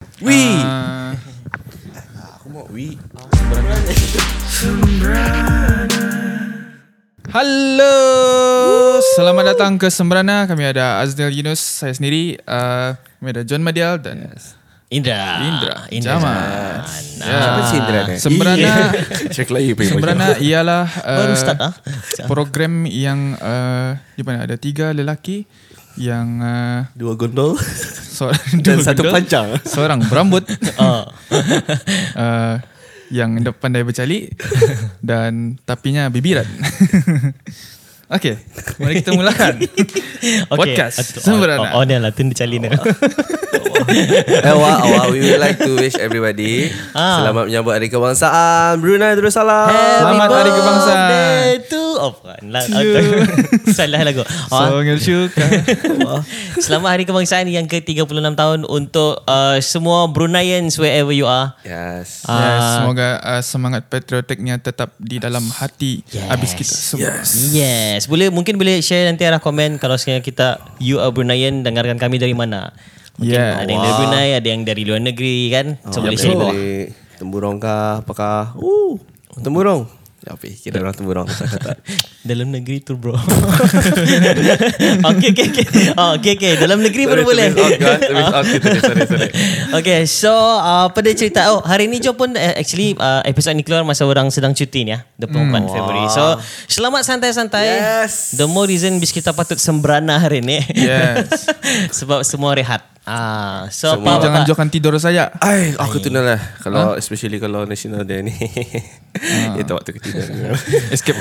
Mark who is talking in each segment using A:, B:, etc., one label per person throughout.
A: Ah.
B: Wi. Hello. Selamat datang ke Sembrana. Kami ada Aznil Yunus, saya sendiri. Uh, kami ada John Madial dan yes.
A: Indra.
B: Indra.
A: Indra. Ah.
B: Jamal.
A: Jaman.
C: Siapa si Indra ni?
B: Sembrana,
C: Cek lagi pergi
B: Sembrana ialah
A: Oh, ya. Baru
B: uh,
A: start ah.
B: program yang uh, di mana ada tiga lelaki yang uh,
C: Dua gondol
B: seorang
C: Dan
B: dua
C: satu
B: gedung,
C: panjang.
B: seorang berambut
A: Ah.
B: uh, yang de- pandai bercali dan tapinya bibiran. Okey, mari kita mulakan. Podcast Sembrana.
A: Oh, oh, lah tun dicalin.
C: Awak awak We would like to wish everybody
A: Ah.
C: Selamat menyambut hari kebangsaan Brunei Darussalam
B: Selamat Hari Kebangsaan.
A: Itu oh, bukan lah. Salah lagu. Oh,
B: So, Syuka.
A: Selamat Hari Kebangsaan yang ke-36 tahun untuk uh, semua Bruneians wherever you are.
C: Yes
A: Ah.
B: Yes, semoga uh, semangat patriotiknya tetap di dalam hati
A: Yes.
B: habis kita semua.
A: Yes, boleh mungkin boleh share nanti arah komen kalau sekiranya kita you are Bruneian dengarkan kami dari mana. Mungkin
B: Yeah.
A: ada yang dari Brunei, ada yang dari luar negeri kan. So boleh share di bawah.
C: Dari Ya, Temburong kah Apakah uh, Temburong Tapi kira orang temburong
A: Dalam negeri tu bro. okay, okay, okay. Oh, okay, okay. Dalam negeri pun
C: Sorry,
A: boleh.
C: to miss out, guys. To miss out kita. Sorry, sorry.
A: okay, so uh, pada cerita, oh hari ni Joe pun eh, actually uh, episod ni keluar masa orang sedang cuti ni ya, 24 hmm. Februari. So, selamat santai-santai.
C: Yes.
A: The more reason bis kita patut sembrana hari ni.
B: Yes.
A: Sebab semua rehat. Ah, so,
B: Tapi
A: apa,
B: jangan
A: apa,
B: jokan tidur saya.
C: Ay, aku tunang lah Kalau
A: Ah.
C: especially kalau National Day ni Itu waktu ketiga
B: Escape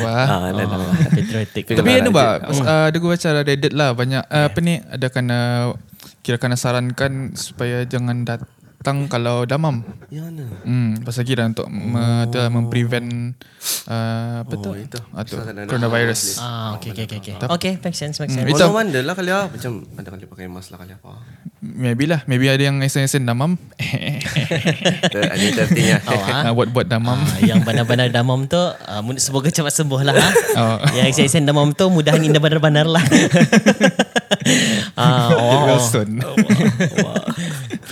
C: Ah,
B: lah.
C: dah, dah.
A: Patriotic.
B: Tapi
C: Jangan
B: anu
C: lanjut.
B: bah,
A: Hmm.
B: pas- uh, ada gua baca ada Reddit lah banyak uh, apa ni ada kena kira kena sarankan supaya jangan datang kalau damam.
C: Ya, nah.
B: Hmm, pasal kira untuk me, tu, lah, memprevent uh, apa
A: Oh,
B: tu?
C: Oh, itu.
B: Atau
C: Pasal ada-
B: coronavirus.
A: Ah, okay, okay, okay, okay. Okay, make sense, make sense.
C: Itu
B: Itu-
C: wonder lah kali ah. Macam ada kali pakai mask lah kali apa.
B: Maybe lah, maybe ada yang esen-esen damam.
C: Ada tertinya.
A: Oh, ah.
B: Uh, buat-buat damam.
A: Ah, yang bandar-bandar damam tu uh, semoga cepat sembuh lah. Ha?
B: Oh.
A: Yang saya damam tu mudahan indah bandar-bandar lah. Ah, oh.
B: Wilson.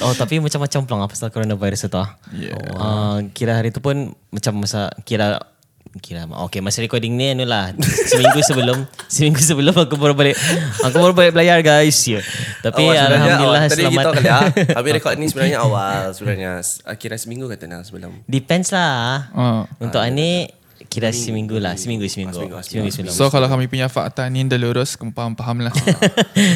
A: oh tapi macam-macam pelang apa pasal coronavirus tu. ah.
B: Yeah.
A: Ah, kira hari tu pun macam masa kira kira okay masa recording ni anu lah seminggu sebelum seminggu sebelum aku baru balik aku baru balik belayar guys ya. Tapi
C: Awal sebenarnya,
A: alhamdulillah
C: awal. Tadi
A: selamat.
C: kita kali ah. Kami rekod ni sebenarnya awal sebenarnya. Kira seminggu kata nak sebelum.
A: Depends lah.
B: Oh.
A: Untuk ani kira seminggu lah, seminggu seminggu. Seminggu seminggu.
B: So kalau kami punya fakta ni dah lurus, kamu faham-faham lah.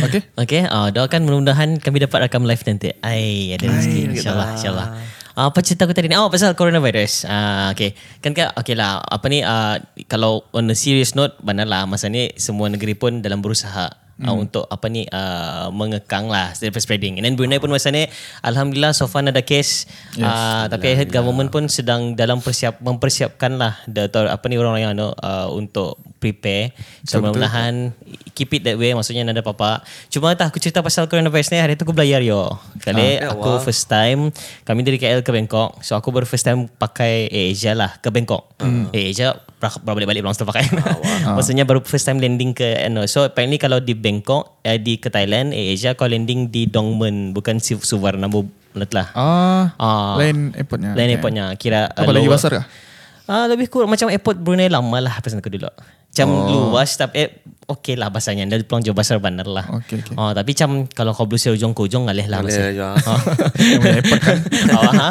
B: okay?
A: Okay, uh, doakan mudah-mudahan kami dapat rakam live nanti. Ai, ada rezeki insyaallah insyaallah. Uh, apa cerita aku tadi ni? Oh, pasal coronavirus. Ah, uh, okay. Kan kan okay lah. Apa ni uh, kalau on a serious note, mana lah masa ni semua negeri pun dalam berusaha hmm. uh, untuk apa ni uh, mengekang lah daripada spreading. And then Brunei pun masa ni alhamdulillah so far ada case. Yes, uh, tapi I heard government pun sedang dalam persiap mempersiapkan lah the, apa ni orang-orang yang ano, uh, untuk prepare. So mudah-mudahan keep it that way maksudnya nada papa. Cuma tak aku cerita pasal coronavirus ni hari tu aku belayar yo. Kali
C: Ah,
A: aku first time kami dari KL ke Bangkok. So aku baru first time pakai Air Asia lah ke Bangkok. Air Asia baru baru balik-balik belum sempat pakai. maksudnya baru first time landing ke ano. So apparently kalau di Bangkok eh, di ke Thailand Air Asia kau landing di Dongmen bukan si Suvarnabhumi lah.
B: Ah,
A: Ah.
B: lain airportnya.
A: Lain airportnya kira uh,
B: Apa lagi
A: lower.
B: besar kah?
A: Ah lebih kurang macam airport Brunei lama lah pesan aku dulu. Macam oh. luas tapi eh, okay lah bahasanya. Dia peluang jauh besar bandar lah.
B: Okay, okay.
A: Oh, tapi macam kalau kau berusaha ujung ke ujung ngalih lah masa.
C: Boleh juga.
A: oh, ha?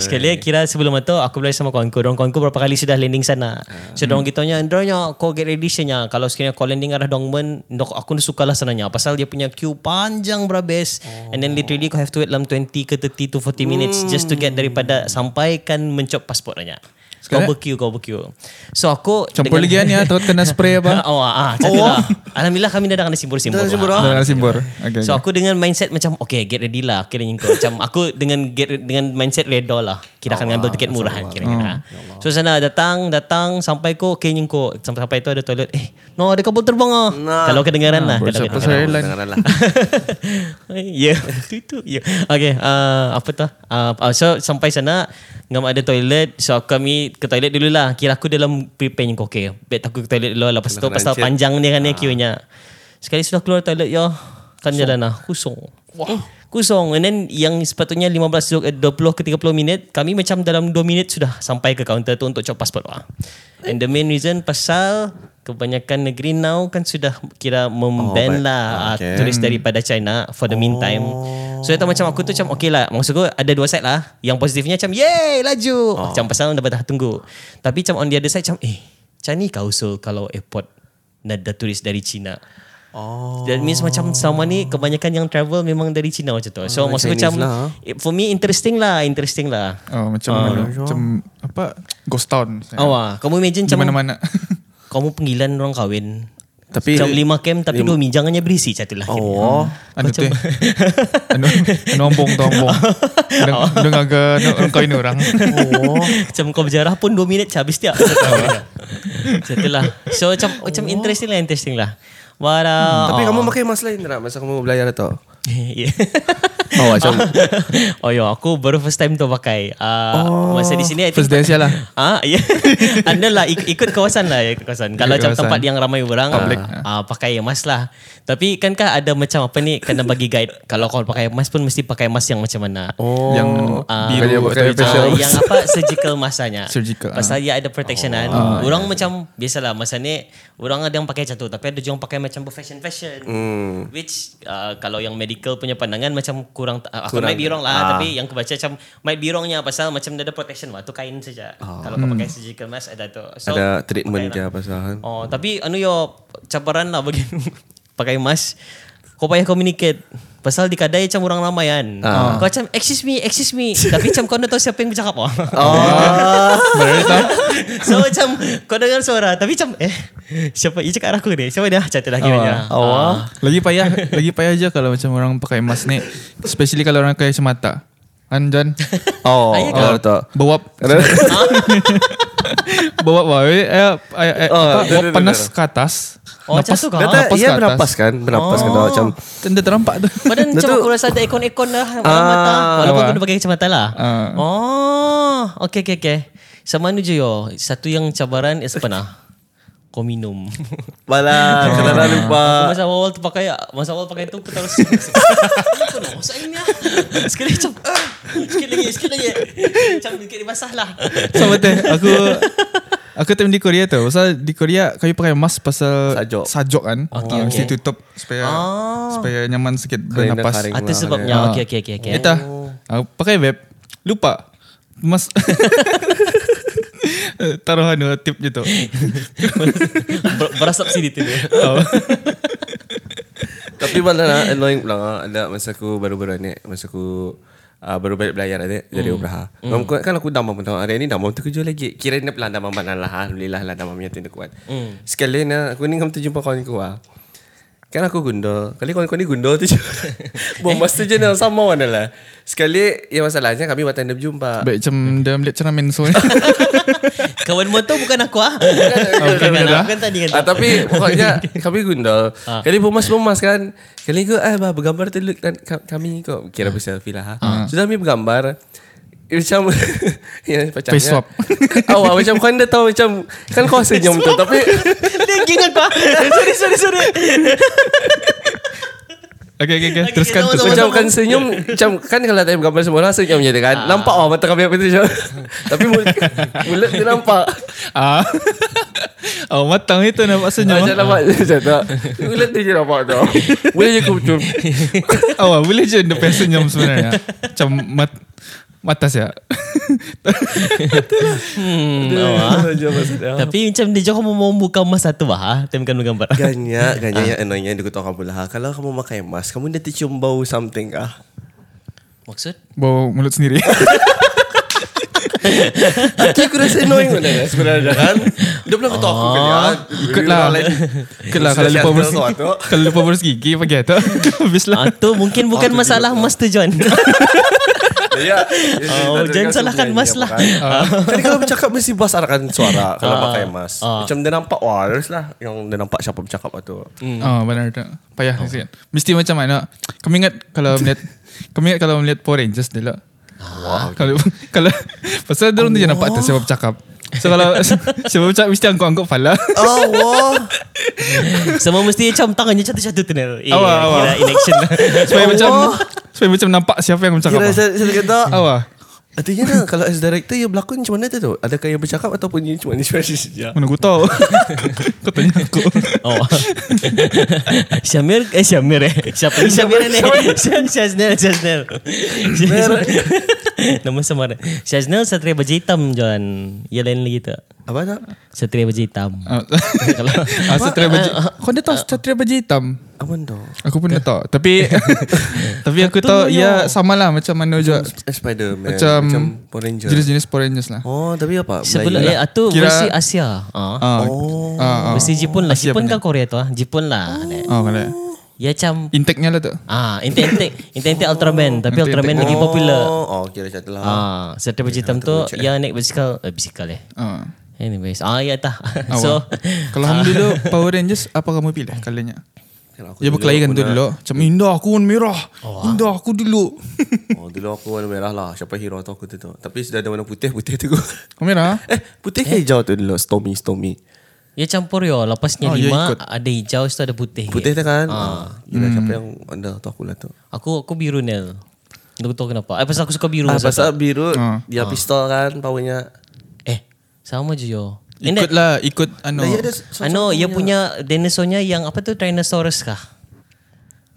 A: Sekali kira sebelum itu aku belajar sama kawanku. Dorang kawanku berapa kali sudah landing sana. So dorang gitunya, dorangnya kau get ready senya. Kalau sekiranya kau landing arah Dongmen, dok- aku suka lah sananya. Pasal dia punya queue panjang berabes. And then literally kau have to wait dalam 20 ke 30 to 40 minutes just to get daripada sampaikan mencop pasportnya. Kau
B: Sekarang-
A: berqueue, kau berqueue. So aku
B: Campur lagi kan ya, takut kena spray apa?
A: Oh, ah, oh. Alhamdulillah kami dah kena simbur-simbur. Ah.
B: Dengan simbor. Okay.
A: So aku dengan mindset macam okay get ready lah kiranya kau macam aku dengan get, dengan mindset redo lah kita akan ngambil tiket murahan kira-kira. Hmm. So sana datang datang sampai ko okay kau sampai sampai tu ada toilet eh no ada kabel terbang ah. Kalau kedengaran lah
B: Pasal
A: kalau kedengaran.
B: airline.
C: Dengaran lah.
A: Ya, itu itu. Ya. Okay, uh, apa tu? Uh, uh, so sampai sana ngam ada toilet. So aku kami ke toilet dulu lah. Kira aku dalam prepare yang okay. Bet aku ke toilet dulu lah. Lepas tu pasal
C: Rancid.
A: panjang ni kan ni queue-nya. Sekali sudah keluar toilet ya. Kan jalan lah. Kosong. Wah. Eh, kosong. And then yang sepatutnya 15 eh, 20 ke 30 minit, kami macam dalam 2 minit sudah sampai ke kaunter tu untuk cop pasport orang. And the main reason pasal kebanyakan negeri now kan sudah kira memban
C: baik.
A: lah ah,
C: Okay.
A: turis daripada China for the meantime. So itu macam aku tu macam okay lah. Maksud aku ada dua side lah. Yang positifnya macam yay laju.
C: Ah.
A: Macam pasal dapat dah tunggu. Tapi macam on the other side macam eh macam ni kau usul kalau airport ada turis dari China. Oh. That means macam sama ni kebanyakan yang travel memang dari China macam tu. So maksud aku
C: Chinese
A: macam
C: lah.
A: eh, for me interesting lah, interesting lah.
B: Oh, macam mana? macam apa? Ghost town.
A: Oh, wah. kamu imagine
B: Di
A: macam
B: mana-mana.
A: kamu penggilan orang kahwin.
C: Tapi-
A: macam lima kem tapi dua mijangannya berisi satu lah. kira.
C: Oh.
B: Anu teh. Anu anu ombong tu ombong. Deng
A: Oh.
B: deng agak anu anu kau ini orang.
C: Oh.
A: macam kau berjarah pun dua minit habis tiap. Macam tu lah. So macam macam interesting lah, interesting lah. But, uh,
C: Hmm, Tapi
A: oh.
C: kamu pakai mask lain tak masa kamu belayar tu?
A: Yeah.
C: Oh macam
B: Ah.
A: oh yo, aku baru first time tu pakai. Uh, oh, masa di sini I think
B: First day lah. sialah.
A: Ah, ya. Anda lah ikut, ikut kawasan lah, ikut kawasan. Kalau macam
B: kawasan.
A: tempat yang ramai orang, ah, ah, pakai emas lah. Tapi kan kah ada macam apa ni, kena bagi guide. Kalau kau pakai emas pun mesti pakai emas yang macam mana. Oh.
B: Yang biru atau hijau.
A: yang apa surgical masanya
B: Surgical, ah. ya,
A: Pasal dia ada protection kan oh, Orang macam Biasalah masa ni Orang ada yang pakai macam tu Tapi ada juga yang pakai macam Fashion-fashion Which uh, Kalau yang medical punya pandangan Macam kurang, uh, Aku might be wrong lah Tapi yang aku baca macam Might be wrongnya Pasal macam dia ada protection lah Tu kain saja
B: Ah.
A: Kalau kau pakai surgical mask Ada tu so,
C: ada treatment dia pasal kan.
A: Oh, tapi anu yo cabaran lah bagi pakai mask. Kau payah communicate. Pasal di kedai macam orang ramai kan.
B: Ah.
A: Kau macam, excuse me, excuse me. tapi macam kau nak tahu siapa yang bercakap. Oh. so macam kau dengar suara. Tapi macam, eh, siapa? Ia cakap aku ni. Siapa dia? Macam tu lah kiranya.
B: Oh. Lagi payah lagi payah aja kalau macam orang pakai emas ni. Especially kalau orang pakai semata. Kan John?
C: Oh, oh
A: Ayah
C: tu.
B: Bawap. Bawap wah. Eh, eh, eh, eh,
C: Oh, dah,
B: apa,
C: dah, dah,
B: panas
C: dah.
B: ke atas.
A: Oh, macam tu kah?
C: Dia tak
B: lepas
C: ia
B: ah, ke atas. Oh,
C: bernapas kan, bernapas kan tau, macam
B: Tanda terampak tu.
A: Padahal macam
C: Betul.
A: aku rasa ada ekon-ekon lah dalam mata. Walaupun aku dah pakai kacamata lah.
B: Ah.
A: Oh, okay, okay, okay. Sama anu je yo. Satu yang cabaran is pernah. Kau minum.
C: Bala, kena dah lupa.
A: Aku masa awal tu pakai, masa awal pakai tu aku terus. Apa nak masak ini ah? Sekali macam, ah, sikit lagi, sikit lagi. Macam sikit dia basah lah.
B: Sama teh Aku Aku time di Korea tu Pasal di Korea Kami pakai mask pasal
C: Sajok.
B: Sajok kan
A: Okay,
B: Ah, Mesti
A: okay.
B: tutup Supaya
A: Ah.
B: Supaya nyaman sikit
C: Kerana
B: Bernapas
C: faring.
A: Atau
B: Ah.
A: sebabnya, okay, okay, okay. okay.
B: Eta Aku pakai vape Lupa Mas Taruh anu tip je tu
A: Ber- Berasap sini tu dia.
C: Tapi bala nak annoying pula ah. ada masa aku baru-baru ni, masa aku ah, baru balik belayar ada dari Ubraha. Kan aku- kan aku damam pun tahu hari ni damam tu kerja lagi. Kira ni pula damam mana lah alhamdulillah lah damam yang tu dia kuat. Sekali na aku ni kamu tu jumpa kawan aku ah. Kan aku gundul. Kali kawan-kawan ni gundul tu je. Buat masa je nak sama mana lah. Sekali yang masalahnya kami buat tanda berjumpa.
B: Baik macam Dalam lecture ramen so
A: Kawan motor bukan aku ah.
B: bukan,
A: Bukan,
B: bukan.
A: bukan tadi kan.
C: Ah, tapi pokoknya kami gundal.
B: Ah.
C: Kali bumas-bumas kan. Kali aku ah bah, bergambar tu look kan ka- kami kok kira
B: Ah.
C: berselfie lah. Ha. Sudah kami bergambar. Eh, Macam ya, pacarnya.
B: Face swap.
C: Awak macam kau anda tahu macam kan kau senyum tu tapi
A: Linking aku ah. Sorry, sorry, sorry.
B: Okay okay okay
A: Okay,
B: Teruskan
A: okay,
B: teruskan
C: macam kan senyum macam kan kalau tak bergambar semua orang senyum je
B: Ah.
C: kan. Nampak awak mata kami apa tu. macam. tapi mulut, mulut dia nampak.
B: Ah, Oh matang itu nampak senyum
C: Macam nampak macam tak. Mulut dia je nampak tu. Boleh je aku cium.
B: Awak Oh, boleh je Dia punya senyum sebenarnya Macam mat, Matas ya
A: Hmm, oh, ah.
C: Macam maksudnya.
A: Tapi macam dia jauh mau buka emas satu bah. Tapi bukan gambar.
C: Ganya, ganya yang annoying yang aku tahu kamu lah. Kalau kamu pakai mask, kamu dah tercium bau something ah.
A: Maksud?
B: Bau mulut sendiri
C: Tapi aku rasa annoying mana ya sebenarnya kan. Dia belum tahu aku kan. ya.
B: Ikut lah Ikut lah Kalau lupa bersih Kalau lupa bersih gigi pakai tu Habis lah
A: Ah, tu mungkin bukan
C: tu
A: masalah mas tu John.
C: Ya.
A: Oh, jangan salahkan mask lah.
C: Tadi kalau bercakap mesti bas arahkan suara kalau
A: Ah.
C: pakai mask. Macam dia nampak wah, harus lah yang dia nampak siapa bercakap tu.
B: Oh benar tu Payah oh. sikit Mesti macam mana Kami ingat Kalau melihat Kami ingat kalau lah.
C: Ah,
B: melihat Power Rangers dulu Kalau kalau pasal dia orang tu je nampak tu siapa bercakap. So kalau Siapa macam Mesti angkut angkut kepala
C: Oh, wah.
A: Semua mesti macam tangannya catu-catu tu. Eh,
B: Awal, awal.
A: kira in action.
B: Supaya
C: Allah.
B: macam Supaya macam nampak Siapa yang bercakap
C: Kira
B: apa.
C: saya, saya kata. "Ah,
B: Awak
C: Artinya nah, lah. kalau as director, you berlakon macam mana tu tu? Adakah you bercakap ataupun you cuma Ya. inspirasi saja?
B: Mana aku tahu Kau tanya aku
A: Oh. Syamir eh Syamir eh. Siapa ni Syamir ni? Syam- Syaznel Syaznel. Syaznel. Nama samaran. Syaznel Satria Baju Hitam John. Ya lain lagi tak?
C: Apa tak?
A: Satria Baju Hitam.
B: Ah,
C: Eh,
A: Kalau
B: ah, Satria baju Kau dah tahu Satria baju hitam
C: Apa tu?
B: Aku pun dah tahu
C: Eh.
B: Tapi Tapi aku tahu Ya sama lah Macam mana juga
C: Spider-Man.
B: Macam
C: Macam Power Ranger.
B: Jenis-jenis Power Rangers lah
C: Oh, tapi apa?
A: sebelum
C: Melayu
A: eh
C: lah.
A: atau
B: Kira-
A: versi Asia. Ah.
B: Ah,
C: Oh.
B: ah, ah.
A: Versi Jepun lah.
B: Asia
A: Jepun ke Korea tu ah? Jepun lah.
B: Oh kalau
A: Ya macam
B: Intake-nya lah tu
A: ah intik-intik intik-intik Ultraman tapi Ultraman lagi popular.
C: Oh, oh kira macam tu lah.
A: Ah, Satria Baju Hitam tu yang naik basikal eh basikal eh.
B: Ah.
A: Anyways, ah ya tah. So
B: Kalau
C: Ah.
B: kamu dulu Power Rangers Apa kamu pilih kalanya
C: Kalau aku
B: Dia berkelahi kan tu dulu Macam indah aku warna merah Indah aku dulu
C: Oh, dulu aku warna merah lah. Siapa hero tu aku tu tu. Tapi sudah ada warna putih, putih tu.
B: Kau merah
C: eh, putih ke hijau tu dulu? Stormy, Stormy.
A: Ia campur yo Lepasnya
B: Oh,
A: oh,
B: ia
A: lima
B: ikut.
A: Ada hijau Situ ada putih
C: Putih tu kan? Ah. Kira siapa
B: Hmm.
C: yang anda tu aku lah tu.
A: Aku aku biru Nel Aku tahu kenapa Eh pasal aku suka biru
C: Ah, pasal
A: pasal
C: biru,
B: Ah.
C: dia pistol kan powernya.
A: Eh Sama je yo And
B: Ikut
A: then,
B: lah Ikut ano
C: Dia ada
A: Ano Ia punya Dinosaurnya yang Apa tu Tyrannosaurus kah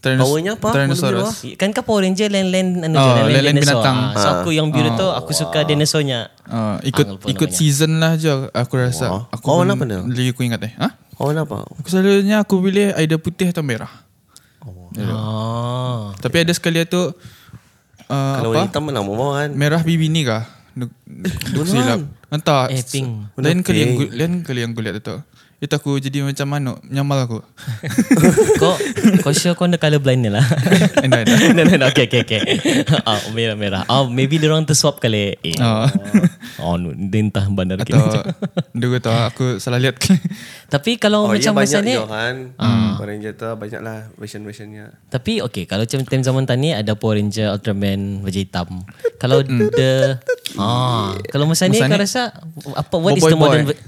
B: Tyrannos-
C: Powernya apa?
B: Tyrannosaurus
A: Kan kau Power Ranger Lain-lain ano,
B: Oh,
A: je, lain-lain
B: lain-lain
A: dinosaur.
B: binatang.
A: Ah, So aku yang biru tu Aku suka dinosaurnya
B: Ah, ikut
A: Angel pun
B: ikut
A: namanya.
B: season lah je aku rasa.
C: Wah.
B: Aku
C: Kau Oh.
B: pun
C: warna apa dia?
B: Lagi aku ingat eh. Ha?
C: Oh, kenapa?
B: Aku selalunya aku pilih either putih atau merah.
A: Oh
B: Tapi ada sekali tu uh,
C: Kalau warna
B: apa?
C: hitam mana mau kan?
B: Merah bibi ni kah? Nuk, nuk silap. Entah.
A: Eh, pink.
B: Lain kali yang gu- lain kali yang kulihat tu. Itu aku jadi macam mana nyamal aku.
A: Kau Kau sure kau ada colourblind ni lah
B: Endah endah.
A: no, no, no. Okay, okay, okay. Ah, merah, merah. Ah, maybe dia orang terswap kali. Eh.
B: Ah.
A: Oh, no, dia entah bandar
B: Atau
A: kita.
B: dulu tahu aku salah lihat.
A: Tapi
C: Oh,
A: kalau oh,
C: ya
A: macam masa
C: banyak
A: ni,
C: dia kan.
B: Ah.
C: Hmm. Warna hijau tu banyak lah version-versionnya.
A: tapi okay, kalau macam time zaman tani ada Power Ranger, Ultraman, Wajah Hitam. Kalau the ah, kalau masa ni kau rasa apa what is
B: Boy,
A: the modern
B: boy.
A: ver-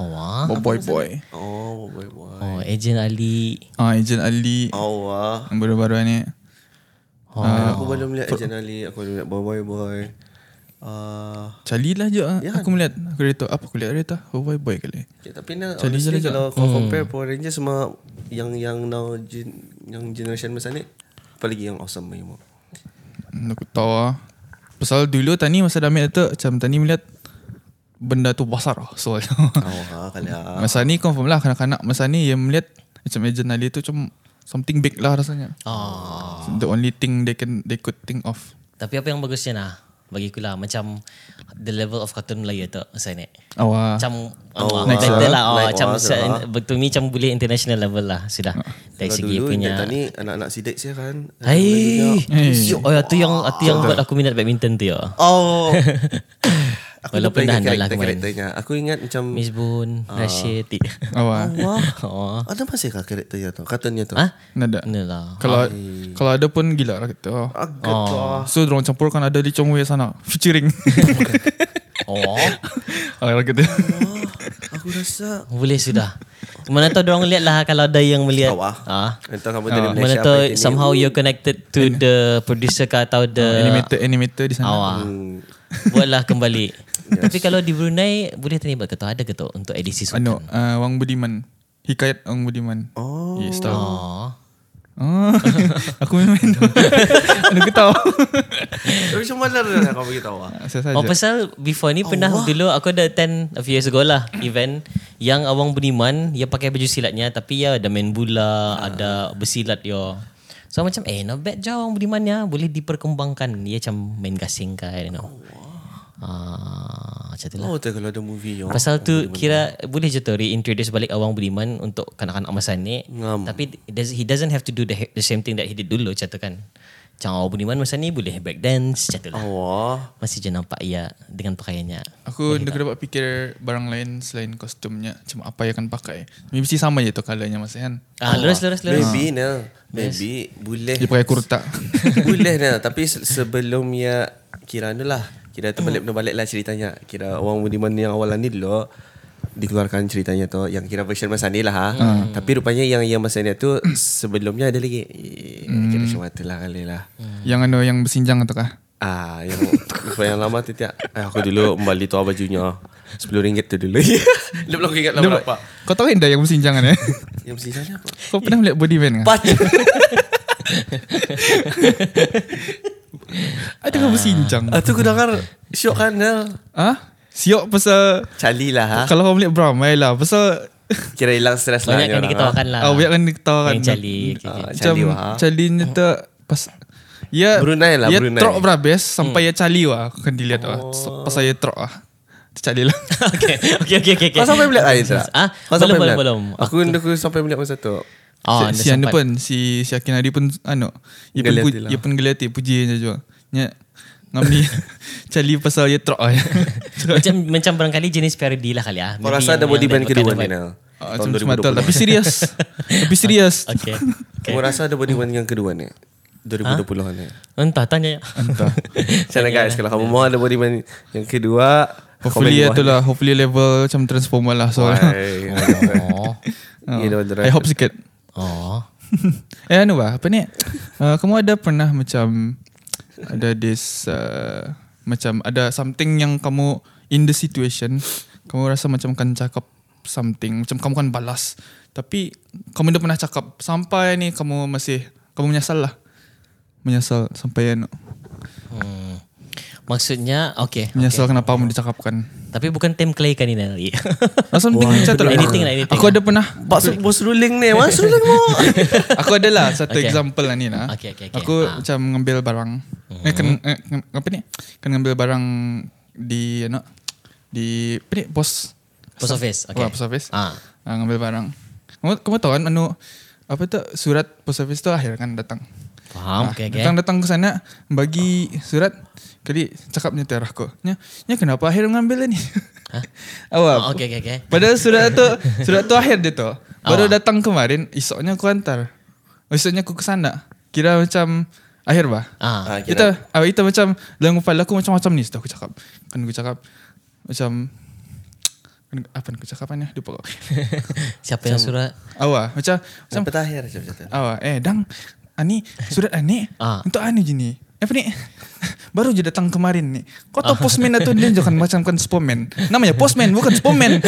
A: Oh, wah.
B: Oh, boy boy.
C: Oh, boy, boy.
A: Oh, Agent Ali.
B: Ah, Ejen Ali
C: Oh, wah.
B: yang baru-baru ni.
C: Ah, Aku belum lihat Ejen Ali. Aku belum lihat Boy Boy Boy. Ah,
B: Cali lah je ah. aku melihat aku dia tahu apa aku lihat dia tahu oh, boy boy kali.
C: okay, tapi nak honestly
A: lah.
C: kalau
A: Hmm.
C: kau compare Power Rangers sama yang yang now gen, yang generation masa ni apa lagi yang awesome ni mo?
B: Hmm, Aku tahu lah. Pasal dulu Tani masa Damit tu macam Tani melihat benda tu besar lah soalnya.
C: Oh, ha, kali ah.
B: masa ni confirm lah kanak-kanak masa ni yang melihat macam Agent Ali tu macam something big lah rasanya.
A: Ah.
B: The only thing they can they could think of.
A: Tapi apa yang bagusnya nah? Bagi aku lah macam the level of cartoon Melayu tu masa ni.
B: Awak.
A: Macam oh,
B: next lah.
A: better lah. Oh,
C: Like,
A: macam
C: wah,
A: se-
C: sudah.
A: betul ni macam boleh international level lah sudah. Dari
C: Kalau
A: segi
C: dulu
A: punya.
C: Intan ni anak-anak sidik saya kan.
A: Hai. Oh, itu yang itu yang buat aku minat badminton tu ya.
C: Oh. aku
A: Walaupun
C: Walaupun
A: dah
C: dah
A: handal lah
C: karakter karakternya. Aku ingat macam
A: Miss Boon,
C: Ah.
A: Rashid.
B: Awak.
C: wah. Ah,
A: Oh.
C: Ada masih kah karakternya tu? Kartunnya tu?
A: Ah,
B: Nada.
A: ni lah.
B: Kalau kalau ada pun gila lah kita.
A: Ah.
C: Agak oh.
B: So dorang campurkan ada di Chongwei sana featuring. Ah,
A: Oh,
B: Alah kita.
C: Aku rasa
A: boleh sudah. Mana tahu orang lihat lah kalau ada yang melihat.
C: Awak.
A: Ah.
C: Entah kamu dari Malaysia.
A: Mana
C: apa
A: tahu
C: ini.
A: somehow you're connected to the producer ke atau the
B: Animator animator di sana.
A: awak.
C: Ah, Hmm.
A: Buatlah kembali. Tapi kalau di Brunei boleh terlibat ke tu? Ada ke tu untuk edisi sukan?
B: Ano, uh, Wang Budiman. Hikayat Wang Budiman. Oh. Yes, tahu.
A: Oh.
B: Oh. aku main-main tu. Ada aku tahu.
C: Tapi macam mana dah kau beritahu ah?
B: Saya saja.
A: Oh pasal before ni pernah dulu aku ada attend a few years ago lah event yang Awang Budiman dia pakai baju silatnya tapi ya ada main bola, ada bersilat dia. So macam eh not bad je Awang Budiman ya boleh diperkembangkan. Dia macam main gasing kan you know. Ah, macam tu lah.
C: Oh, tak kalau ada movie yo.
A: Pasal tu kira boleh je tu reintroduce balik Awang Budiman untuk kanak-kanak masa ni.
C: Ngam.
A: Tapi it does- he doesn't have to do the, the same thing that he did dulu macam tu kan. Macam Awang Budiman masa ni boleh break dance macam tu lah.
C: Wah.
A: Masih je nampak ia dengan pakaiannya.
B: Aku dah dapat fikir barang lain selain kostumnya. Cuma apa yang akan pakai. Mesti sama je tu kalanya masa kan.
A: Ah, lurus, lurus, lurus.
C: Maybe na. Maybe boleh.
B: Dia pakai kurta.
C: boleh na. Tapi se- sebelum ya kira anu lah. Kira terbalik terbalik lah ceritanya. Kira orang budiman yang awalan ni dulu dikeluarkan ceritanya tu yang kira version Mas Andi lah ha. Hmm. Tapi rupanya yang yang Mas Andi tu sebelumnya ada lagi. Eh, Kira macam itulah kali lah.
B: Yang ano yang bersinjang tu kah?
C: Ah, yang lupa yang lama tu tiap. Eh, aku dulu membali tu bajunya. RM10 tu dulu. Dia belum ingat lah berapa.
B: Kau tahu indah yang bersinjang kan eh?
C: Yang sisanya apa?
B: Kau pernah melihat body band kan? kah?
C: Pat.
B: Ada kau kan bersinjang?
C: Ah, tu aku dengar syok kan Nel.
B: Ah, Siok pasal
C: Cali lah ha.
B: kalau kau melihat beramai lah pasal
C: Kira hilang stres lah.
A: Banyak yang diketawakan lah.
B: ah, banyak kan diketawakan.
A: Yang cali. Okay, okay.
C: Ah,
B: Macam
C: Cali wah. Oh.
B: cali ni tu pas Ya,
C: Brunei lah,
B: ya
C: Brunei. Hmm. Oh.
B: trok berhabis sampai ya cali wah. Kan dilihat wah. Pasal ya trok ah. Tu Cali lah.
A: okay, okay, okay, okay.
C: Kau sampai melihat lain tak?
A: Ah,
C: Kau
A: belum,
C: sampai
A: belum,
C: melihat?
A: belum.
C: Aku aku sampai melihat masa tu.
A: Oh,
B: si, si anu pun si si Akin Hadi pun anu ia
C: Ah,
B: pun
C: Geliati
B: pu,
C: lah.
B: ia pun gelati puji je juga. Nya ngambil cali pasal ia trok
C: Oh,
B: ah.
C: ya.
A: Macam macam barangkali jenis parody lah kali ah.
C: Kau
A: Maybe
C: rasa
A: yang-
C: ada body
A: yang
C: band
A: that
C: kedua
A: kind
C: ni
A: of vibe.
C: Nel?
B: Ah,
C: Tahun
B: Macam semata
C: 2020.
B: tapi serius. tapi serius.
A: Okay. okay.
C: Kau rasa ada body band yang kedua ni? 2020 ni.
A: Entah tanya. Entah.
C: Macam mana guys kalau kamu mau ada body band yang kedua
B: Hopefully ya tu lah Hopefully level macam transformer lah So
A: oh.
C: You know the
B: I hope sikit
A: Oh.
B: Eh anu bah Apa ni uh, Kamu ada pernah macam Ada this uh, Macam ada something yang kamu In the situation Kamu rasa macam kan cakap Something Macam kamu kan balas Tapi Kamu dah pernah cakap Sampai ni kamu masih Kamu menyesal lah Menyesal Sampai anu
A: Hmm. Maksudnya, okay.
B: Menyesal kenapa kamu dicakapkan
A: Tapi bukan Tim Clay kan ni Nel.
B: Or Oh, Something macam tu lah
A: Anything lah, anything
B: Aku ada pernah
C: Bos bos ruling ni, bos ruling mo.
B: aku ada lah satu
A: Okay.
B: okay. example lah ni lah.
A: Okay, okay, okay.
B: Aku
A: Ah. Hmm.
B: macam ngambil barang. Mm-hmm. Eh, kan, eh, kan- apa ni? Kan ngambil barang di ano? Di apa ni? Pos.
A: Post office, okay.
B: Wah, post office.
A: Ah.
B: Ah. ngambil barang. Kamu, kamu tahu kan anu apa tu surat post office tu akhir kan datang.
A: Faham? Ah, Okay, okay.
B: Ah, Datang datang ke sana bagi surat kali cakapnya terah aku. Nya, nya kenapa akhir ngambil ni? Hah? Awak.
A: Oh, okay, okay, okay.
B: Padahal surat tu surat tu akhir dia tu. Baru datang kemarin, esoknya aku hantar. Esoknya aku ke sana. Kira macam akhir bah.
C: Ah,
A: Ah.
B: Kita ah, kita macam dalam kepala aku macam-macam ni sudah aku cakap. Kan aku cakap macam kan- apa aku cakapannya lupa kau.
A: Siapa yang surat?
B: Awak macam macam
C: Sampai terakhir macam tu.
B: awak eh dang ani surat ani
A: Ah.
B: untuk ani je ni. Eh, Apa ni? Baru je datang kemarin ni. Kau tahu postman atau dia juga kan macam kan spoman. Namanya postman bukan spoman.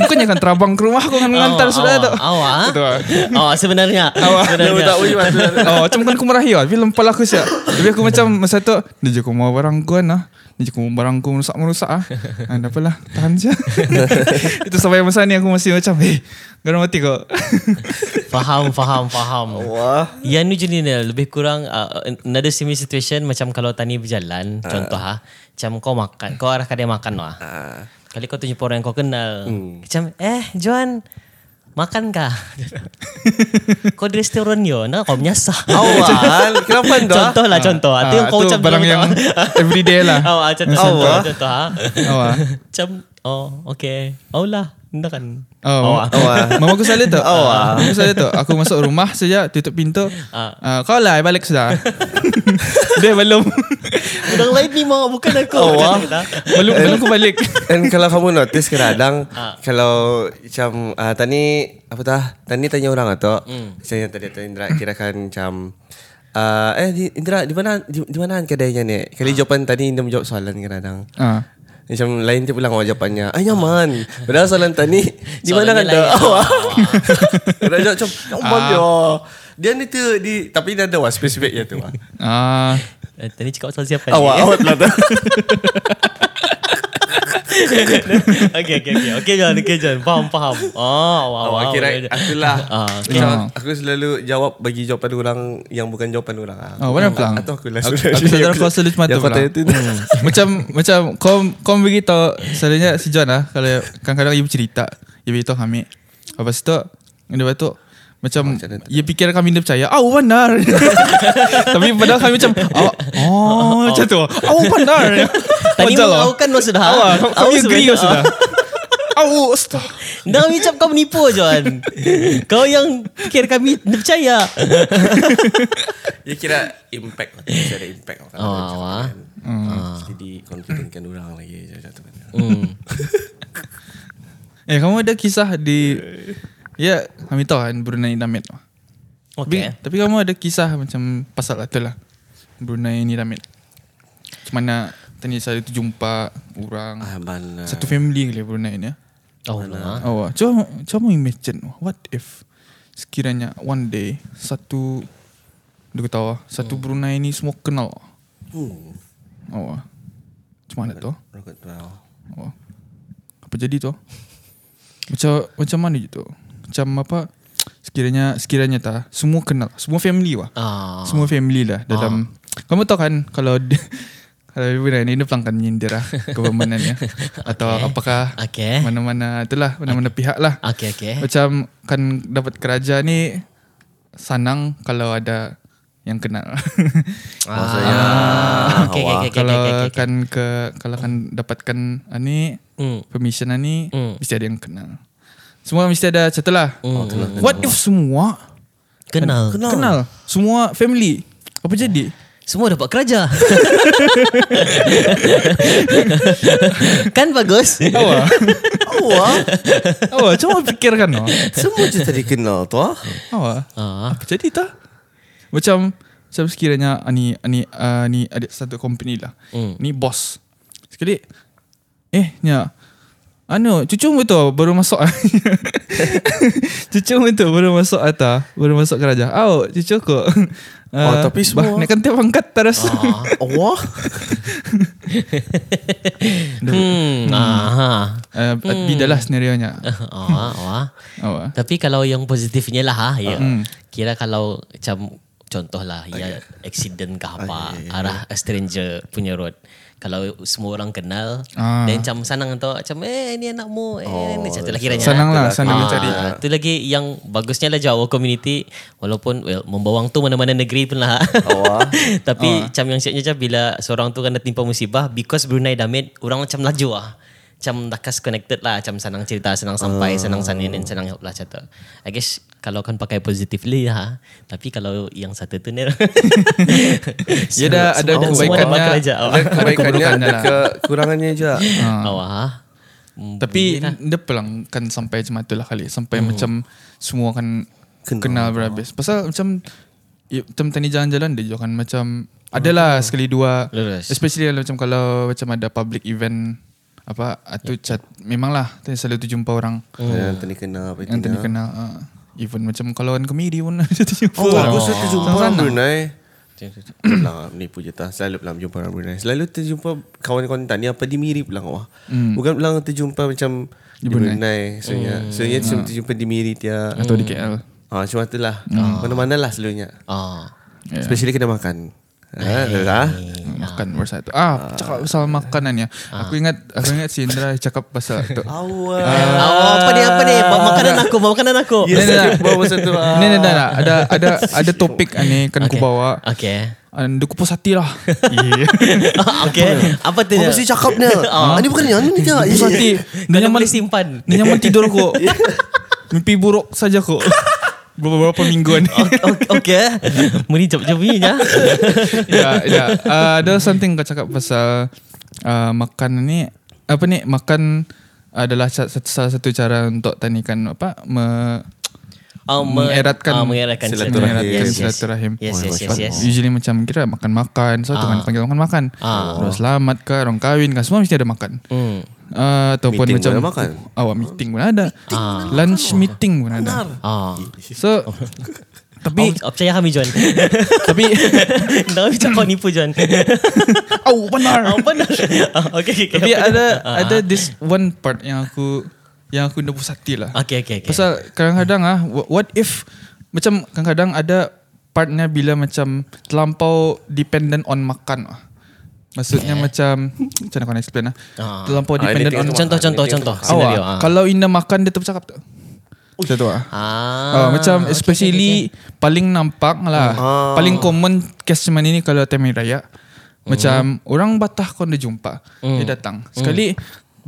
B: Bukannya kan terabang ke rumah aku kan ngantar sudah tu.
A: Awak.
B: Betul.
A: Awak. Awak Oh, sebenarnya.
B: Awak.
A: Sebenarnya.
C: Tak boleh mas.
B: Oh, macam kan aku merahi lah. Film pala aku siap. Tapi aku macam masa tu, dia je aku mau barang aku kan lah. Dia je aku mau barang aku merusak-merusak ah. Ah, tak apalah. Tahan je. Itu sampai masa ni aku masih macam, eh, garang mati kau.
A: Faham, faham, faham.
C: Wah.
A: Yang ni jenis ni lebih kurang uh, another similar situation macam kalau tani berjalan uh. contoh ha macam kau makan kau arah kedai makan lah. Uh. Kali kau tunjuk orang yang kau kenal. Hmm. Macam eh Johan makan kah? kau di restoran yo, nah kau menyasar.
C: Awal, kenapa dah?
A: contoh lah contoh. Ah, tu yang
B: Ah,
A: kau macam
B: barang
A: bilang
B: yang
A: tak?
B: everyday lah.
A: Oh, ah, contoh,
C: Awak.
A: contoh, contoh, ha.
B: Awak.
A: Macam, oh, okay. Oh lah, anda kan.
B: Oh,
A: Awak.
B: oh, mama aku salah tu. Oh, mama aku salah tu. Aku masuk rumah saja, tutup pintu. Ah, kau lah, I balik sudah. Dia belum.
A: Orang lain ni mau, bukan aku.
C: Awak.
A: Macam tu, tak?
B: belum belum aku balik.
C: Dan kalau kamu notice kadang
A: Ah.
C: kalau macam uh, tani apa tah tani tanya orang atau
A: Hmm.
C: mm. saya tadi tanya Indra kirakan macam uh, eh di- Indra di mana di, di mana kedainya ni?
A: Ah.
C: Kali jawapan tani Indra menjawab soalan kadang.
B: Ah.
C: Macam lain dia pulang awak jawapannya. Ah nyaman. Padahal soalan tani di mana
A: Soalannya
C: kan dah
A: lain. Ah.
C: awak. Kadang jawab macam nyaman dia. Dia ni tu di tapi dia ada wah spesifik ya tu. wah.
B: Ah,
A: Eh, Tadi cakap pasal siapa
C: Awak awak lah tu.
A: okay, okay, okay. Okay, John. Okay, John. Faham, faham. Oh, wow, wow.
C: Awak kira aku lah.
A: Ah,
B: okay.
C: Macam Aku selalu jawab bagi jawapan orang yang bukan jawapan orang.
B: Oh, benar pelang.
C: Atau aku lah.
B: Aku, aku sadar kau selalu cuma
C: Yang
B: tu Hmm.
C: kau
B: pelang.
C: tanya tu.
B: macam macam kau kau beritahu selalunya si John lah kalau kadang-kadang ibu cerita, ibu beritahu kami. Lepas tu dia tu Oh, macam ia fikir kami dia percaya oh benar tapi padahal kami macam oh, oh macam tu oh benar
A: Tadi
B: Macam lah.
A: mau kan maksud dah.
B: awak kami agree kau sudah Au, stop.
A: Dah kami ucap kau menipu Johan Kau yang Fikir kami Dia percaya
C: Dia kira impact lah. Dia ada impact orang.
A: Oh,
C: macam
A: awak.
C: tu kan. Jadi confidentkan orang lagi macam tu. Hmm.
B: Eh, kamu ada kisah di... Ya, kami tahu kan Brunei Dinamit.
A: Okay
B: Tapi, tapi kamu ada kisah macam pasal tu lah. Brunei Dinamit. Macam mana tadi saya tu jumpa orang.
C: Ah, mana.
B: Satu family kali Brunei ni. ya.
A: Oh lah
B: Oh, cuba cuba mu imagine what if sekiranya one day satu dia tahu ah, satu Brunei ni semua kenal.
C: Hmm.
B: Oh. ah. Macam mana tu?
C: Rokok tu. ah. wow.
B: Oh. Apa jadi tu? Macam macam mana gitu? Macam apa? Sekiranya sekiranya tak semua kenal, semua family wah.
A: Ah,
B: Semua family lah dalam Kamu tahu kan kalau di- kalau ibu ni dia pelangkan menyindir lah kepemanannya atau apakah
A: Okay.
B: mana-mana itulah mana-mana pihak lah
A: Okay okay
B: macam kan dapat kerja ni sanang kalau ada yang kenal.
C: Maksudnya.
A: Ah, Okay
B: Ah,
A: okay Ah, okay, okay,
B: kalau
A: okay, okay.
B: kan ke kalau kan dapatkan ah, ni
A: Hmm.
B: permission ah, ni
A: Hmm.
B: mesti ada yang kenal. Semua mesti ada cerita lah. What if semua
A: Kenal
B: Kan- kenal. Semua family. Apa jadi?
A: Semua dapat kerja Kan bagus
B: Awak.
C: Awak.
B: Awak cuma fikirkan no.
C: Semua je tadi kenal tu. ah.
B: Awak.
A: Ah,
B: Apa jadi tak? Macam macam sekiranya ah, ni ah, ni ah, ni ada satu company lah.
A: Hmm.
B: Ni bos. Sekali eh nya anu cucu betul baru masuk. cucu betul baru masuk atas, baru masuk kerajaan. Au, cucu ko.
C: Oh, tapi semua-
B: Bah, nak kan tiap angkat terus.
C: Awak.
A: Hmm Aha
B: Uh,
A: Hmm.
B: Bidalah ah. senario nya.
A: Ah. Awak Awak
B: Awak.
A: Tapi kalau yang positifnya lah ha, ya. Kira kalau macam contoh lah ya accident ke apa arah a stranger punya road. Kalau semua orang kenal
B: Ah.
A: dan macam sanang tu macam eh ni anakmu eh oh, ni satu lah kiranya.
B: Senang lah,
A: Ah,
B: senang mencari.
A: tu lagi yang bagusnya lah Jawa community walaupun well membawang tu mana-mana negeri pun lah.
B: Oh, ah.
A: Tapi macam yang siapnya macam bila seorang tu kena timpa musibah because Brunei damit orang macam laju lah. Macam takas connected lah macam senang cerita, senang
B: Ah.
A: sampai, senang sanin dan senang help lah macam tu. I guess kalau kan pakai positively lah. Tapi kalau yang satu tu ni.
B: Ya dah ada Ah.
A: Semua- semua dapat
B: kebaikannya.
A: kerja. Awak.
C: Kebaikannya ada kekurangannya je.
B: Ah.
A: Awak. ha? Mm,
B: Tapi dia pelang kan sampai macam itulah kali sampai macam semua kan kenal,
C: Oh. Kenal.
B: berhabis. Pasal macam ya, macam tani jalan-jalan dia juga kan macam
C: Oh.
B: adalah sekali dua
A: Lurus.
B: especially kalau macam kalau macam ada public event apa atau chat memanglah tani selalu tu jumpa orang
C: Yang tadi kenal. apa
B: yang tani
C: tidak.
B: kenal uh, even macam kalau kan komedi pun tu jumpa
C: Oh,
B: orang.
C: aku selalu terjumpa
B: Sama
C: orang
B: sana.
C: Brunei. Lah, Pelang menipu je tak Selalu pelang jumpa orang Brunei Selalu terjumpa kawan-kawan tak Ni apa di Miri pelang awak hmm. Bukan pelang terjumpa macam Di Brunei, Brunei Sebenarnya hmm. Sebenarnya cuma terjumpa di Miri dia
B: atau di KL.
C: Ah, Cuma tu lah Mana-mana lah selalunya
A: Ah.
B: Yeah.
C: Especially kena makan Ha, dah.
B: Makan bersatu. Ah, cakap pasal makanannya.
C: Ah.
B: Aku ingat aku ingat si Indra cakap pasal tu. Ah.
C: Awak.
A: Oh, apa ni apa ni? Bawa Makanan aku, bawa makanan aku.
B: Yes. Nah, nah,
C: Bawa masa tu.
B: Ni ni dah lah. Ada ada ada topik ni kan ku bawa.
A: Okay.
B: Anda kupas hati lah.
A: okay. Apa tu?
D: Apa sih cakap ni? Ah, Ini bukan ni, ini dia.
B: Kupas hati. Dia
A: Kau
B: nyaman
A: boleh simpan.
B: dia nyaman tidur kok. Mimpi buruk saja kok. Beberapa mingguan.
A: O- Okay. Muni jawab jawab ni ya.
B: ya, ya. Uh, ada something kau cakap pasal uh, makan ni apa ni makan adalah ca- satu- salah satu cara untuk tanikan apa me,
A: Oh,
B: Mengeratkan
A: oh, mengeratkan
C: silaturahim.
B: mengeratkan
A: Yes, yes.
B: silaturahim. Oh,
A: Yes, yes, yes,
B: But
A: yes.
B: Usually macam kira makan-makan, so tu kan panggil makan-makan.
A: Ah.
B: Orang selamat ke, orang kahwin ke, semua mesti ada makan.
A: Hmm.
B: Uh, ataupun
C: Meeting
B: macam
C: pun ada makan.
B: Awak meeting pun ada. Ah. Lunch meeting pun ada.
A: Ah.
B: So
A: Tapi
B: tapi
A: oh, percaya kami John.
B: tapi
A: Dah kami cakap kau nipu John.
B: oh benar.
A: Apa dah? Ah, Okay, okay.
B: Tapi ada ada this one part yang aku yang aku nebus hati lah.
A: Okay, okay, okay.
B: Pasal kadang-kadang ah wh- what if macam kadang-kadang ada partnya bila macam terlampau dependent on makan ah. Maksudnya macam macam mana kau nak explain ah.
A: Ah.
B: Terlampau
C: Ah,
B: dependent
C: dia
B: on
C: tengok
B: makan.
A: Contoh, contoh, contoh.
B: Awak,
A: Senario. ah.
B: kalau Indah makan dia tercakap tak? Macam tu ah.
A: Ah.
B: Ah, macam especially paling nampak lah.
A: Ah.
B: Paling common case macam ni
A: Hmm.
B: kalau time raya. Macam orang batah kau dia jumpa. Dia datang. Sekali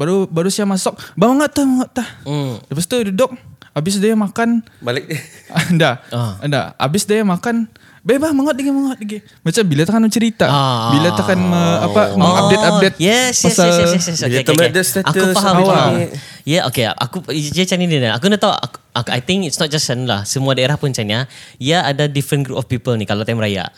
B: Baru baru siang masuk. Bang nggak tahu nggak tahu.
A: Hmm.
B: Lepas tu duduk. Habis dia makan.
C: Balik
B: Anda.
A: Ah.
B: Anda. Habis dia makan. Bebah mengot lagi mengot lagi. Macam bila takan cerita.
A: Ah.
B: Bila takan me, apa update-update
A: Oh, Yes, yes, yes, yes, yes, yes.
C: Dia
A: Okay, okay,
C: tambah
A: okay.
C: ada status
A: Aku
C: apa
A: faham. Aku faham.
C: ni.
A: Ya, yeah, okay. Aku dia macam ni dia. Aku nak tahu. Aku, aku- I think it's not just Sana lah. Semua daerah pun macam ni. ah. Ya, ada different group of people ni kalau time raya.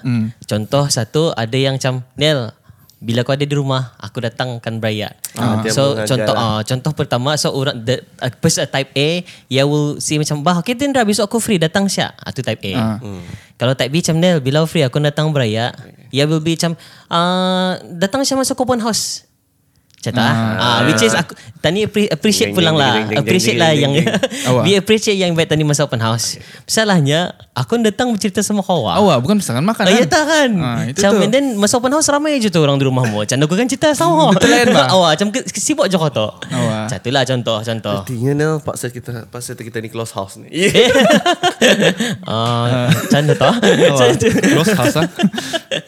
A: Contoh satu ada yang macam Nel. Bila kau ada di rumah, aku datang kan beraya.
C: Ah, dia
A: so
C: mengajar
A: contoh
C: lah.
A: ah, contoh pertama so orang the uh, person type A, ya will see macam bah okay Tindra besok aku free datang syak. Ah, tu type A. Kalau type B macam Nel, bila free aku datang beraya, ya will be macam ah, datang syak masuk open house. Macam tak ah. ah, Which is aku Tani appre- appreciate
C: Ding,
A: pulang
C: ding,
A: lah
C: ding, ding, ding,
A: Appreciate
C: ding,
A: lah
C: ding,
A: yang
C: ding,
B: Awak.
A: We appreciate yang invite Tani masa open house Masalahnya Aku datang bercerita sama kau awak
B: Awak bukan pasangan makan.
A: Oh, ya tak kan?
B: Ah, itu
A: macam,
B: tu.
A: and then masa open house ramai je tu orang di rumah mu. Macam aku kan cerita sama.
B: Betul kan, Bang?
A: Awak macam ke- sibuk je kau tu.
B: Awak.
A: Macam itulah contoh, contoh.
C: Artinya ni paksa kita paksa kita ni close house ni.
A: Ah, Macam mana tu? Macam tu.
B: Lost house lah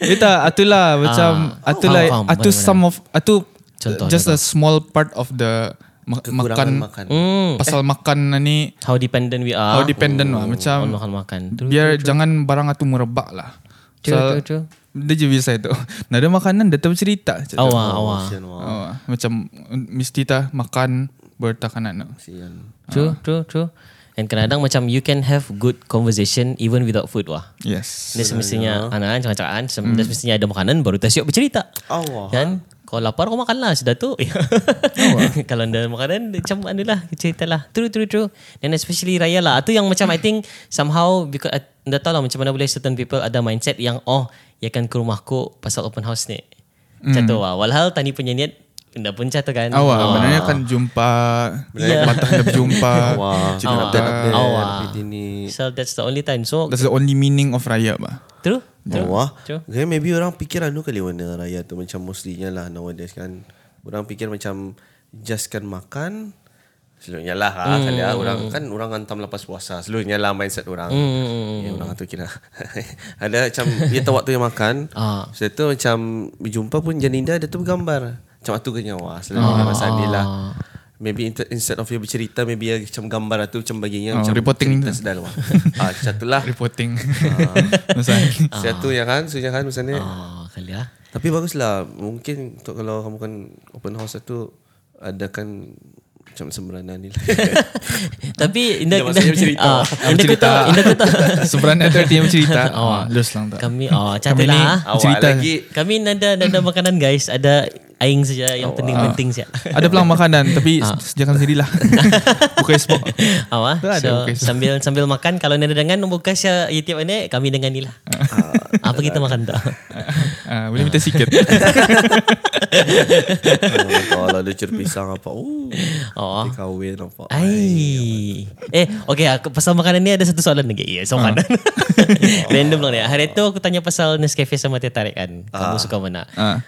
B: Itu itulah Macam
A: Ah.
B: Itulah
A: Faham, faham.
B: Itu
A: Boleh,
B: some of Itu
A: Contoh,
B: Just a small part of the ma-
C: Kekurangan makan.
B: Makan Hmm. Eh.
A: Hmm.
B: Pasal makan ni
A: How dependent we are.
B: How dependent lah Macam
A: on makan makan. Ah. True.
B: Biar jangan barang itu merebak lah
A: True,
B: Pasal
A: true, true.
B: Dia je biasa itu Nah ada makanan Dia tahu cerita Macam tu.
A: Awak, awak.
B: Oh, Macam Mesti tak makan Bertakanan
C: Sian.
A: True, true, true. Ah. And kadang-kadang macam you can have good conversation even without food wah.
B: Yes
A: Dia
B: Ya.
A: semestinya anak-anak cakap-cakapan hmm. Dia semestinya ada makanan Baru kita siap bercerita
C: Allah.
A: Kan Kau lapar kau makan lah Sudah tu
B: lah.
A: Kalau ada makanan Macam mana lah Cerita lah True true true And especially Raya lah Itu yang macam I think Somehow because, Anda tahu lah macam mana boleh Certain people ada mindset yang Oh Ya kan ke rumahku Pasal open house ni Macam tu lah Walhal Tani punya niat Anda pun cakap kan
B: Hmm. Awak
A: Ah.
B: sebenarnya kan jumpa
A: Ya.
B: Patah dah berjumpa
C: Wah,
B: Cerita.
C: cakap
A: Ah.
C: update update
A: Awak.
C: update ini.
A: So that's the only time So
B: That's the only meaning of raya bah.
A: True True
C: Wah.
A: True.
C: Okay, maybe orang fikir anu kali warna raya tu macam mostlynya lah nowadays kan. Orang fikir macam just kan makan Selalunya lah hmm. kan ya. orang kan orang hantam lepas puasa. Selalunya lah mindset orang. Hmm. Ya, orang tu kira. ada macam dia tahu waktu yang makan.
A: Ah.
C: Setelah tu macam berjumpa pun Janinda dia tu bergambar. Macam waktu ke nyawa. Selalunya masa dia lah. Maybe inter- instead of you bercerita Maybe dia macam gambar tu Macam baginya
B: Oh,
C: macam
B: reporting
C: cerita
B: tu.
C: sedar lah. ah, Macam tu lah
B: Reporting. Masa
C: Satu yang kan Satu yang kan Macam ni
A: Ah, kali lah
C: Tapi baguslah Mungkin untuk kalau kamu kan open house satu Adakan macam semberanan ni lah.
A: Tapi Indah
C: Dia maksudnya bercerita.
A: Ah, Indah kau
B: bercerita.
A: tahu Indah kau tahu
B: Sebenarnya ada dia cerita. Oh, lulus lang tak.
A: Kami oh,
B: Kami
A: cantik
B: ni
A: lah.
C: Awak
B: cerita.
C: lagi
A: Kami nada nada makanan guys. Ada aing saja
B: Oh,
A: yang penting-penting saja.
B: Ada pelang makanan tapi s- jangan sendirilah. Buka spot.
A: Ah. Awak
B: Tak ada
A: so,
B: bukan.
A: sambil sambil makan kalau nada dengan buka saya YouTube ini kami dengan ni lah. Apa kita makan tak?
B: Ah, boleh minta sikit.
C: Oh, Kalau ada cur pisang apa. Oh.
A: Oh.
C: Dia kahwin apa.
A: Ai. Eh, okay, aku, pasal makanan ni ada satu soalan lagi. Ya, yes, makanan.
B: Ah.
A: Random lang ni. Hari tu aku tanya pasal Nescafe sama teh tarik kan. Kamu suka mana?
B: Ah.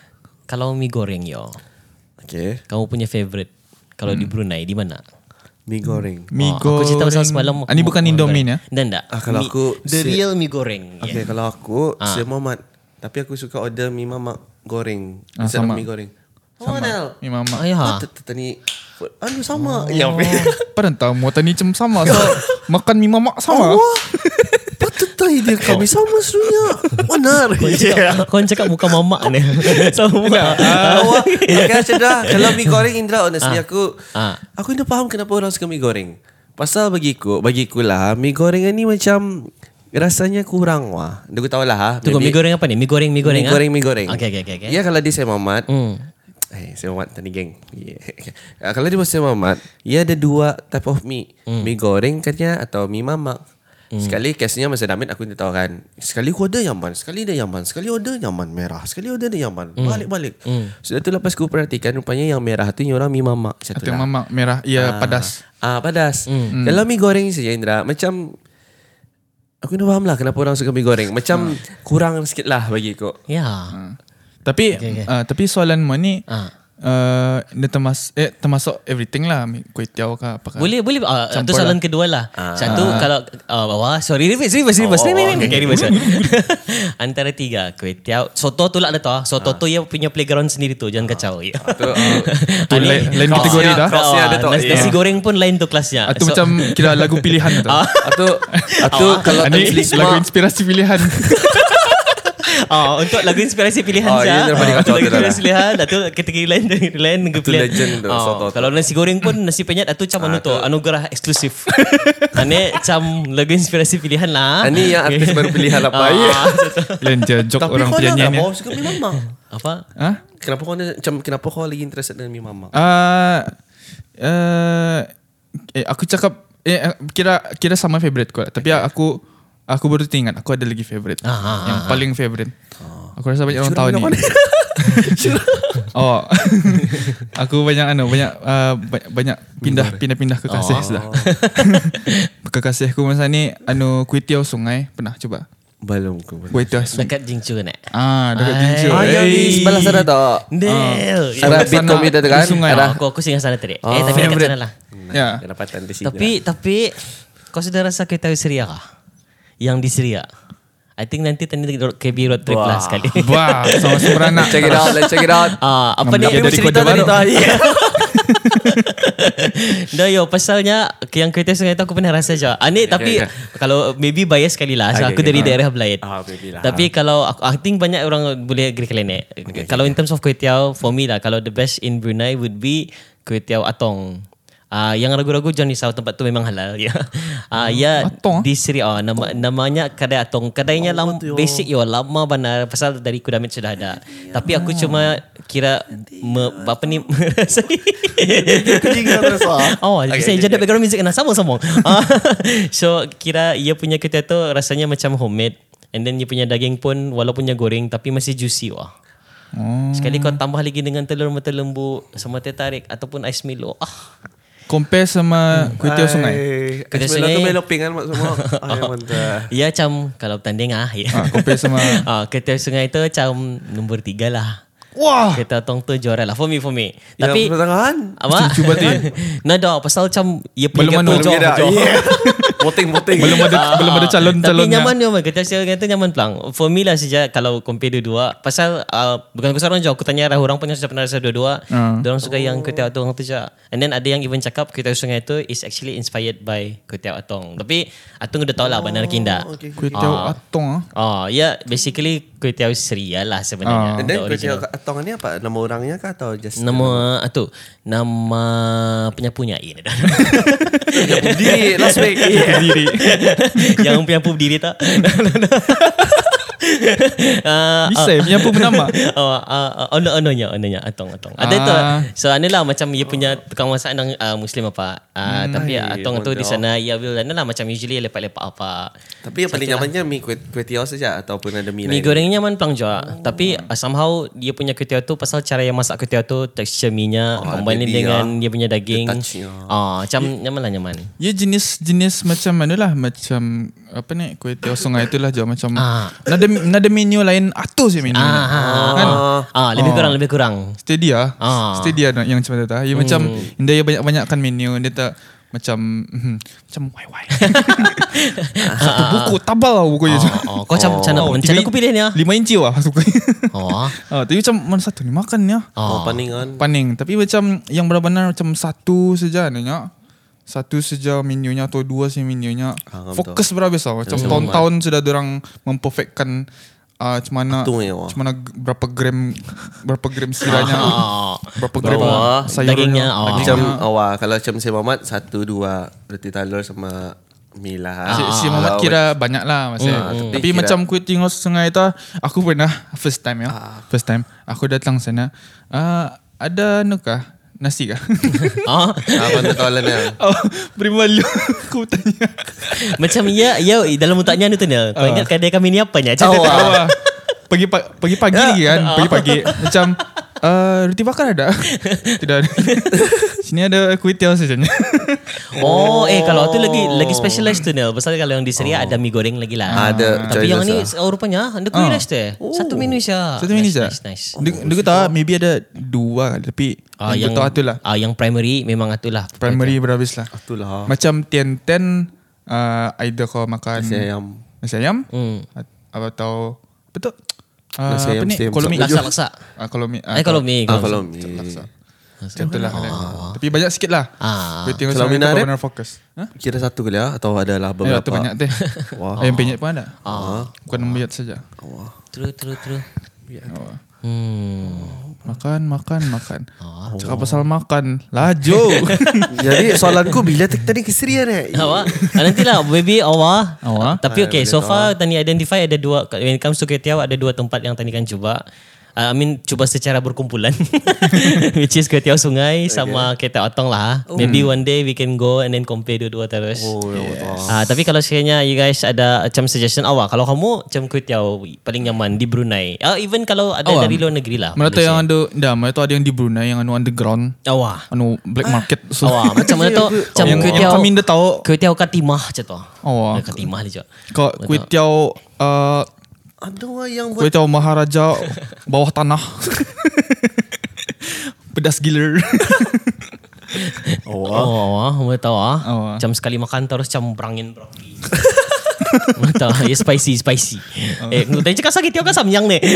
A: Kalau mi goreng yo,
C: Okay.
A: kamu punya favorite kalau
B: Hmm.
A: di Brunei di mana?
C: Mi goreng.
B: Mi
A: Ah, Aku cerita pasal
B: goreng.
A: semalam
B: Ah, Ni bukan Indomie ya.
A: Dan tak
C: Ah, kalau aku
A: The
C: si-
A: real mi goreng ya.
C: Okay,
A: okay.
C: kalau aku semua mat. Tapi aku suka order mi mamak goreng.
B: Ah,
C: Instead of
B: sama.
C: mi goreng. Sama. Oh, Nel.
B: Mi mama.
A: Ayah
C: Ah, tu- tu- tu ni. Anu sama. Ya, weh.
B: Oh. Padahal tahu muatan ni macam sama. So, makan mi mama sama.
A: Oh.
D: Wah, patutai dia kami sama serunya. Benar.
A: Kau
C: Ya.
A: cakap, kau cakap muka mamak ni Sama
C: Awak Okay macam dah Kalau mi goreng Indra Honestly aku
A: Ah.
C: Aku dah faham Kenapa orang suka mi goreng Pasal bagi aku Bagi aku lah Mi goreng ni macam Rasanya kurang wah Dia aku tahu lah ha.
A: Tunggu mi
C: Maybe-
A: goreng apa ni Mi goreng mi goreng
C: Mi
A: ah?
C: goreng mi goreng
A: Okay okay okay, okay.
C: Ya kalau dia saya mamat
A: Hmm.
C: Eh, saya mamat tani geng. Yeah. Ah, kalau dia saya mamat, ia ada dua type of mi. Mi goreng katnya atau mi mamak. Sekali kesnya masa damit aku tak tahu kan. Sekali aku order yaman, sekali dia yaman, sekali order yaman merah, sekali order dia yaman. Balik-balik. Sudah tu lepas aku perhatikan rupanya yang merah tu orang mi mamak. Satu lah.
B: Atau mama merah ia padas.
C: Ah, padas. Kalau mi goreng saja Indra, macam aku dah faham lah kenapa orang suka mi goreng. Macam kurang sikit lah bagi aku.
A: Ya
B: Tapi
A: okay.
B: ah, tapi soalan mu ni
A: Ah.
B: uh, dia termas eh, termasuk everything lah. mi- Kuih tiaw ke apa ke.
A: Boleh boleh ah, itu
B: Campur
A: soalan kedua lah. Satu kalau ah, wah sorry reverse reverse reverse.
C: Oh,
A: Ni, ni,
C: oh,
A: ni, okay, reverse. Antara tiga kuih tiaw soto tu lah ada tu. ah. Soto tu ia punya playground sendiri tu jangan kacau. Ya.
C: Tu, ah,
B: Tu
A: Ah, ni-
B: lain- lain
A: Ah,
B: kategori dah.
C: Kelasnya ada
A: ah,
C: tu,
A: nasi,
C: ya.
A: nasi goreng pun lain tu kelasnya.
B: Atau macam kira lagu pilihan tu.
C: Atau atau Ah. kalau
B: Ah, ni
C: Tan Sri
B: lagu
C: Semak
B: inspirasi pilihan.
A: Ah, untuk lagu inspirasi pilihan
C: Ah,
A: saja.
C: ini daripada kacau
A: lagu
C: tu dah
A: inspirasi pilihan, atau kategori lain dari lain lagu
C: Itu legend tu,
A: Ah,
C: soto tu.
A: Kalau nasi goreng pun nasi penyet atau macam anu tu, anugerah eksklusif. Ane macam lagu inspirasi pilihan lah.
C: Ini Ah, yang artis baru pilihan apa
A: Ah,
C: ya?
A: soto.
B: Lain je jok
C: Tapi
B: orang
C: kau nak
B: penyanyi ni.
C: kenapa kau suka Mi Mama?
A: Apa?
B: Ha?
C: Kenapa kau ni- macam kenapa kau lagi interested dengan Mi Mama?
B: Ah, eh, eh, aku cakap eh, eh, kira kira sama favorite kau. lah. Tapi aku aku baru teringat aku ada lagi favorite.
A: Ah, ah,
B: yang paling favorite. Aku rasa banyak orang tahu ni. oh. aku banyak anu banyak ah, ba- banyak pindah pindah-pindah ke Kasih sudah. ke Kasih aku masa ni anu kuitiau sungai pernah coba.
C: Belum aku.
B: Kuitiau sungai.
A: Dekat Jingchu kan? eh?
B: Ah, dekat
C: Eh.
B: Jinjo.
D: Ah, yang di sebelah sana tak?
A: Del.
D: Ada beat
B: sana,
D: komputer tu kan?
B: di Ah. sungai.
D: Ada.
A: Ah, Aku aku singgah sana tadi. Eh, tapi dekat sana lah.
B: Ya.
C: Kedapatan di sini.
A: Tapi tapi kau sudah rasa kereta Syria kah? Yang di Syria. I think nanti tadi KB road trip lah sekali.
B: Wah, sama semeranak.
D: Check it out, let's check it out.
A: Ah, apa ni?
B: Tapi dari
D: Cerita
B: Kota
D: tadi
B: Baru.
D: tak?
A: Dah yo pasalnya ke- yang kereta sungai tu aku pernah rasa je. Ah, ni tapi kalau maybe bias sekali lah. So,
C: Okay,
A: aku
C: okay.
A: dari
C: Ah.
A: daerah Belait.
C: Ah, maybe lah.
A: Tapi kalau aku I think banyak orang boleh agree kalian ni. kalau in terms of kuih tiaw for me lah kalau the best in Brunei would be kuih tiaw atong. Ah yang ragu-ragu jangan risau tempat tu memang halal ya. Ah ya
B: Atong, ah?
A: di Sri ah nama, namanya kedai atong. Kedainya lam, basic yo lama benar pasal dari Kudamit sudah ada. Tapi aku cuma kira me, apa ni Oh, okay, saya jadi background music kena sama-sama. Ah, so kira ia punya ketia tu rasanya macam homemade and then ia punya daging pun walaupun dia goreng tapi masih juicy wah.
B: Oh.
A: Sekali kau tambah lagi dengan telur mata lembu sama teh tarik ataupun ais Milo. Ah,
B: Compare sama kuih tiaw sungai.
C: Kerja
A: Kedai
C: sungai. tu
A: sungai.
C: meloping kan maksud semua. Ay, mantap.
A: ia macam kalau tanding Eh. ah. Ya.
B: Ah, compare sama
A: Ah, ketia sungai tu macam nombor tiga lah.
B: Wah.
A: Ketia tong tu juara lah for me for me.
C: Ya,
A: Tapi
C: pertengahan.
A: Apa? Cuba tu. Nah dah pasal macam ia punya
B: Belum anu.
A: ketua jauh,
C: Okey dah.
A: jauh.
C: Yeah. Voting voting.
B: belum ada belum ada
A: Ah. Tapi
B: calon-calonnya.
A: nyaman nyaman Kita saya kata nyaman pelang For me lah sejak Kalau compare dua-dua Pasal uh, Bukan aku seorang je Aku tanya arah orang pun Yang sudah pernah rasa dua-dua
B: Hmm.
A: Diorang suka yang Kutiao Atong tu je And then ada yang even cakap Kutiao Sungai tu Is actually inspired by Kutiao Atong Tapi Atong udah tau lah
C: Oh,
A: Bandar Kinda
B: Kuih tiaw atong ah.
A: Oh ya yeah, Basically Kutiao Seria lah
B: Ah.
A: sebenarnya
C: And then
A: the
C: kerja
A: original.
C: atong ni apa? Nama orangnya ke atau just
A: Nama Atu Nama Penyapunya Ini dah
C: diri last week.
B: Sendiri.
A: Yang penyapu berdiri tak Ah,
B: Bisa ya, punya pun bernama.
A: oh, uh, uh, ono ononya ononya atong atong. Ada tu.
B: Ah.
A: So anilah macam dia punya tukang masak nang uh, muslim apa. Uh, tapi atong tu di sana ia will anilah macam usually lepak-lepak apa.
C: Tapi yang paling nyamannya mi kuih kuih tiaw saja ataupun ada mi
A: Mi
C: lain.
A: gorengnya man pelang jua. Tapi uh, somehow dia punya kuih tu pasal cara yang masak kuih tu texture minya oh, combine
C: dia-
A: dengan dia punya daging.
C: touchnya.
A: Ah, macam nyaman lah nyaman.
B: Ya jenis-jenis macam mana lah macam apa ni kuih tiaw sungai itulah je macam.
A: Ah.
B: Nada nada menu lain atus je menu.
A: Ah,
B: ni.
A: ah, ah, ah, lebih kurang lebih kurang.
B: Steady ah.
A: Ah. Oh.
B: Steady ah yang macam tu tah. Ya macam dia banyak-banyakkan menu dia tak macam mhm, macam wai-wai. Satu
A: Ah.
B: buku tabal lah buku dia.
A: Oh, oh, kau macam macam mana?
B: Oh,
A: Macam mana
B: tiga-
A: aku pilih ni ah.
B: Lima inci lah buku.
A: Oh.
B: Ah, tapi macam mana satu ni makan ya.
C: Oh, paningan.
B: Paning Tapi macam Yang benar-benar macam Satu saja nanya Satu saja menunya Atau dua saja menunya
C: Ah,
B: Fokus berhabis lah Macam tahun-tahun Sudah orang Memperfectkan uh, Macam mana
C: Atung ya, wah.
B: Macam mana g- Berapa gram Berapa gram siranya
A: Ah.
B: Berapa gram
A: Bawah,
B: sayurnya,
A: dagingnya, ah.
C: Macam awal kalau macam saya Muhammad satu dua roti telur sama mi lah.
B: Ah,
A: Ah,
B: Si, si Muhammad
C: Kalau-
B: kira banyak lah maksudnya.
C: Hmm, hmm.
B: Tapi
C: Tapi kira-
B: macam kuih tinggal sungai tu aku pernah first time ya.
C: Ah.
B: First time aku datang sana. Uh, ada anu kah? Nasi kah?
A: Ah.
C: Ah, kau tahu lah ni.
B: oh, beri malu aku tanya.
A: Macam ya ya dalam otaknya ni tu ni.
B: Oh.
A: Kau
B: ah.
A: ingat kedai kami ni apa ni? Macam tu.
B: Awal. Pagi pa- pagi pagi lagi kan, pagi pagi. Macam Uh, roti bakar ada? Tidak ada. Sini ada kuih tiaw saja.
A: Oh, eh kalau tu lagi lagi specialized tu Nel. Pasal kalau yang di Seria ada mi goreng lagi lah.
C: Ada
A: Tapi yang ni
C: choices
A: oh, rupanya ada kuih rice tu. eh. Satu menu saja.
B: Satu minit saja.
A: Ah, Nice, nice. nice.
B: Dia dia tahu maybe ada dua tapi
A: Ah,
B: yang tahu tu lah.
A: ah, yang primary memang itulah.
B: Primary berhabis lah.
C: Itulah.
B: Macam tian ten uh, either kau makan
C: Nasi ayam.
B: Nasi ayam.
A: Hmm.
B: At- Atau betul? Ah,
C: Nasi ayam same,
B: Kolomi.
A: Laksa laksa.
B: Ah, kolomi. Ah,
A: Eh kalau mi.
C: Ah, kalau
A: kalau-
C: mi.
B: lah, Macam tu lah. ada. Tapi banyak sikit lah.
A: Ah.
B: Boleh tengok
C: Kalau
B: macam
C: minah
B: mana
C: dia?
B: kau benar fokus. Ha?
C: Kira satu ke lah atau ada lah
B: Eh,
C: beberapa.
B: tu banyak teh.
C: Wah. Ah. Oh.
B: Ayam penyet pun ada. Bukan membayat saja.
A: True true true.
B: Oh.
A: Hmm.
B: Makan, makan, makan.
C: Ah.
B: Cakap pasal makan. Laju.
C: Ya,
D: Jadi soalanku bila tak tadi keserian eh.
A: Awak ah, Nantilah Maybe awak
B: Awak.
A: Tapi okay So far Tani identify ada dua When it comes to KTL Ada dua tempat yang Tani kan cuba Uh, I mean cuba secara berkumpulan Which is Kwetiau Sungai Sama Kereta Otong lah Maybe one day we can go And then compare dua-dua terus oh, Ah, Tapi kalau sekiranya You guys ada Macam suggestion awak Kalau kamu Macam Kwetiau Paling nyaman Di Brunei Ah, Even kalau ada
B: Awak.
A: dari luar negeri lah
B: Mana tu yang ada, dah, mana tu ada yang di Brunei yang anu underground,
A: Awak
C: Ah.
B: anu black market. So,
A: Awak Macam mana tu Macam
B: yang, yang
A: Kwetiau
B: kami dah tahu,
A: Kwetiau Katimah macam tu
B: Awak.
A: Katimah dia cakap
B: kau kuih tiaw, uh,
D: Ada orang yang buat
B: kuih tiaw maharaja bawah tanah. Pedas gila.
A: Oh, oh, oh boleh tahu ah.
B: Oh, ah.
A: Macam sekali makan terus macam berangin berangin. Mana tahu, ya spicy, spicy.
B: Oh.
A: Eh, tunggu tadi cakap sakit, tiap kan samyang ni.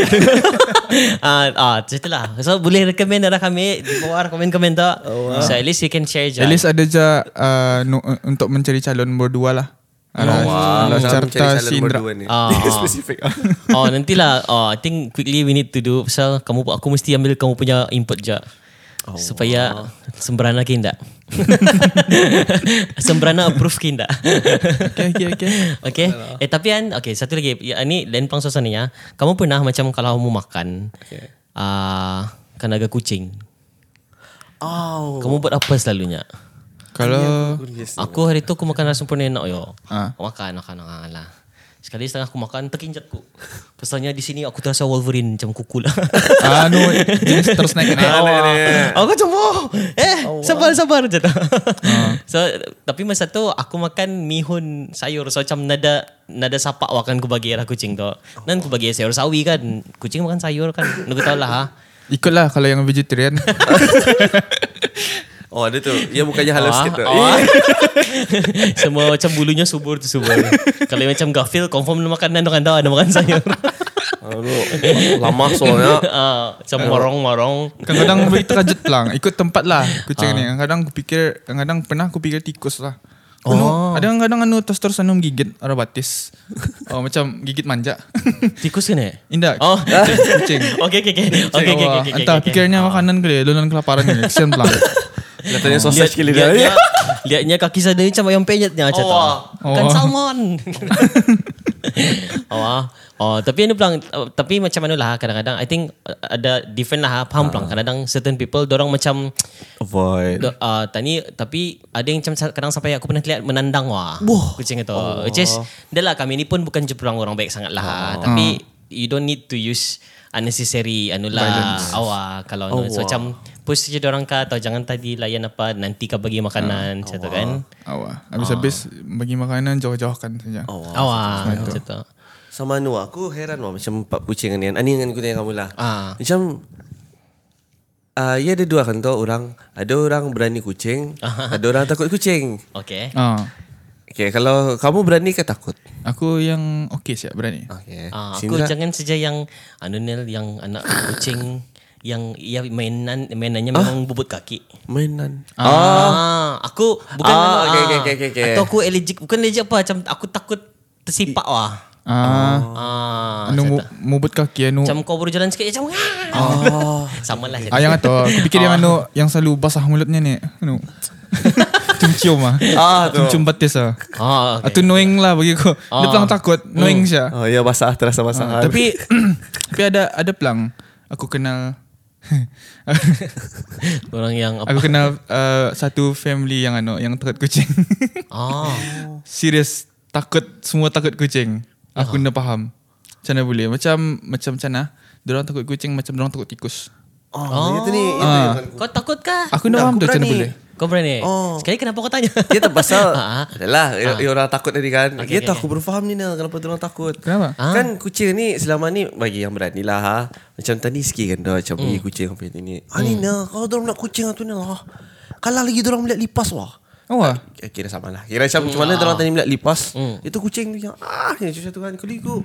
A: Ah, ah, cerita lah. So, boleh recommend ada kami di bawah komen-komen tu. So, at least you can share
B: Oh,
A: je.
B: At least ada je uh, nu- untuk mencari calon berdua lah.
C: Ya
B: Alah, alah, ah, carta si Indra.
C: ni.
A: Ah.
C: Spesifik. ah.
A: oh, nantilah. Oh, I think quickly we need to do. Pasal kamu, aku mesti ambil kamu punya input je.
B: Oh,
A: Supaya sembrana kinda. sembrana approve kinda.
B: Okay, okay, okay.
A: Okay. Eh tapi kan okay satu lagi ya, ni lain pang suasana ni, ya. Kamu pernah macam kalau kamu makan okay. uh, kan ada kucing.
D: Oh.
A: Kamu buat apa selalunya?
B: Kalau
A: Aku hari tu aku makan nasi sempurna enak yo.
B: Ah.
A: Makan makan makan lah. Sekali setengah aku makan terkinjat ku. Pasalnya di sini aku terasa Wolverine macam kuku lah.
B: anu Ah, jenis kan, tersnack ni.
C: Ah,
A: Aku macam wow. Eh, sabar sabar je tu. so tapi masa tu aku makan mihun sayur so macam nada nada sapak wakan aku bagi arah kucing tu. Nan aku bagi sayur sawi kan. Kucing makan sayur kan. Nuku tahu lah ha.
B: Ikutlah kalau yang vegetarian.
C: Oh ada tu. Ya bukannya halal
A: Ah,
C: sikit tu.
A: ah. Semua macam bulunya subur tu subur. Kalau yang macam Garfield confirm dia makan nan kan tahu ada makan sayur.
C: Aduh, Lama soalnya.
A: Ah, macam morong-morong.
B: Kadang-kadang bagi terkejut pelang. Ikut tempat lah kucing
A: Ah.
B: ni. Kadang-kadang aku fikir, kadang-kadang pernah aku fikir tikus lah.
A: Oh.
B: Anu, ada kadang-kadang anu terus-terus anu gigit arah batis. Oh, macam gigit manja.
A: Tikus kan eh?
B: Indah.
A: Oh.
B: Kucing.
A: Okay, okay, okay. Okay, okay, okay, okay,
B: Wah,
A: okay,
B: Entah
A: okay. Ah.
B: pikirnya makanan ke dia, lunan kelaparan ke dia. Kesian pelang.
C: Katanya
A: Lihat,
C: sausage kali dah.
A: lihatnya, lihatnya kaki saya ni macam ayam penyetnya macam tu.
B: Oh.
A: Kan salmon. oh, ah. oh, tapi anu pelang tapi macam mana lah kadang-kadang I think uh, ada different lah faham pelang kadang-kadang certain people dorang macam
C: Avoid.
A: do- uh, tani tapi ada yang macam sa- kadang sampai aku pernah lihat menandang wah kucing itu oh, which is dah lah kami ni pun bukan je pelang orang baik sangat lah tapi you don't need to use unnecessary anu lah awak kalau anu so, macam push je orang ka atau jangan tadi layan apa nanti ka bagi makanan macam tu kan
B: Awak. Habis-habis
A: Ah.
B: bagi makanan jauh-jauhkan saja.
A: Oh. awak ah, macam tu
C: Sama anu aku heran wah macam pak kucing ni. Ani dengan kucing kamu lah.
A: Ah.
C: Macam Ah, ya ada dua kan tu orang. Ada orang berani kucing, ada orang takut kucing.
A: okay
B: Ah.
C: Okay, kalau kamu berani ke takut?
B: Aku yang okey siap berani.
C: Okay.
A: Ah, aku
C: Sindra.
A: jangan saja yang anu Nel yang anak kucing yang ia mainan mainannya memang bubut kaki.
C: Mainan.
A: Ah, aku bukan
C: Ah,
A: anu,
C: okay,
A: ah.
C: okay, okay, okay, okay.
A: Atau aku allergic, bukan allergic apa macam aku takut tersipak wah.
B: Ah,
A: Ah,
B: anu mu- mubut kaki anu.
A: macam kau baru jalan sikit macam "Ah." Sama lah
B: Ah, yang atau aku fikir yang anu yang selalu basah mulutnya ni. Anu. Cium-cium ah.
C: Ah, tu.
B: Cium-cium batis ah. Okay.
A: Ah,
B: Hmm. Atau knowing lah bagi aku. Dia pelang takut, knowing siya.
C: Oh ya basah terasa basah.
A: Ah,
B: Tapi tapi ada ada pelang aku kenal
A: Orang yang apa?
B: aku kenal uh, satu family yang anu yang takut kucing.
A: Ah.
B: Serius takut semua takut kucing. Aku uh-huh. faham. Macam mana boleh? Macam macam macam mana? Diorang takut kucing macam diorang takut tikus.
D: Oh, oh. tu ni. Itu
B: Ah.
D: yang-
A: Kau takut kah?
B: Aku
D: Aku
B: nak faham tu macam mana
D: berani.
B: boleh.
A: Kau berani?
D: Oh.
A: Sekali kenapa kau tanya?
C: Dia tak pasal
A: Ah.
C: Adalah ha. Orang takut tadi kan
D: Ya tu aku baru faham ni Nel Kenapa tu orang takut
B: Kenapa?
C: ha. Kan kucing ni Selama ni Bagi yang berani lah ha. Macam tadi sikit kan dah Macam hmm. kucing apa ni
D: Ah ni Nel Kalau dorang nak kucing tu Nel ah.
C: lah.
D: Kalau lagi dorang melihat lipas wah
B: Oh, wah.
C: Eh, Kira sama lah Kira macam, macam mana Orang tadi melihat lipas Itu kucing tu yang Ah ni macam satu kan Kali ku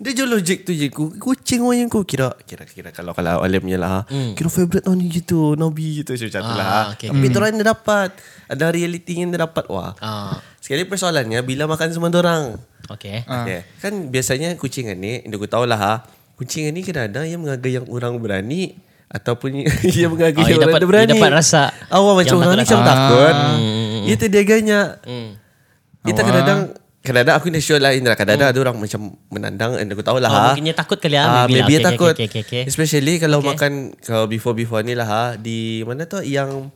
C: Dia je logik tu je ku Kucing orang yang ku Kira Kira kira kalau Kalau alim je lah hmm. Kira favourite tahun ni gitu Nabi gitu Macam tu lah ha.
A: Ah, okay,
C: Tapi dorang dia dapat Ada reality yang dia dapat Wah
A: Ah.
C: Sekali persoalannya Bila makan semua dorang
A: Okay.
C: Okay. Kan biasanya kucing ni, dia aku tahulah ha, kucing ni kena ada yang mengagai yang orang berani ataupun yang mengagai
A: Oh,
C: yang
A: dia
C: orang
A: dapat-
C: dia berani.
A: dia dapat rasa
C: awak macam
A: yang
C: orang ni
A: takut
C: macam
A: rasa. Ah. Hmm.
C: takut. Dia tu dia ganya. Dia tak kadang kadang aku ni sure lah Indra kadang-kadang ada orang macam menandang and aku tahulah
A: Hmm. Oh,
C: ha.
A: mungkinnya takut kali
C: Ah,
A: ah, maybe lah.
C: maybe
A: Okay,
C: takut.
A: okay, okay, okay, okay.
C: Especially kalau
A: Okay.
C: makan kalau before-before ni lah ha di mana tu yang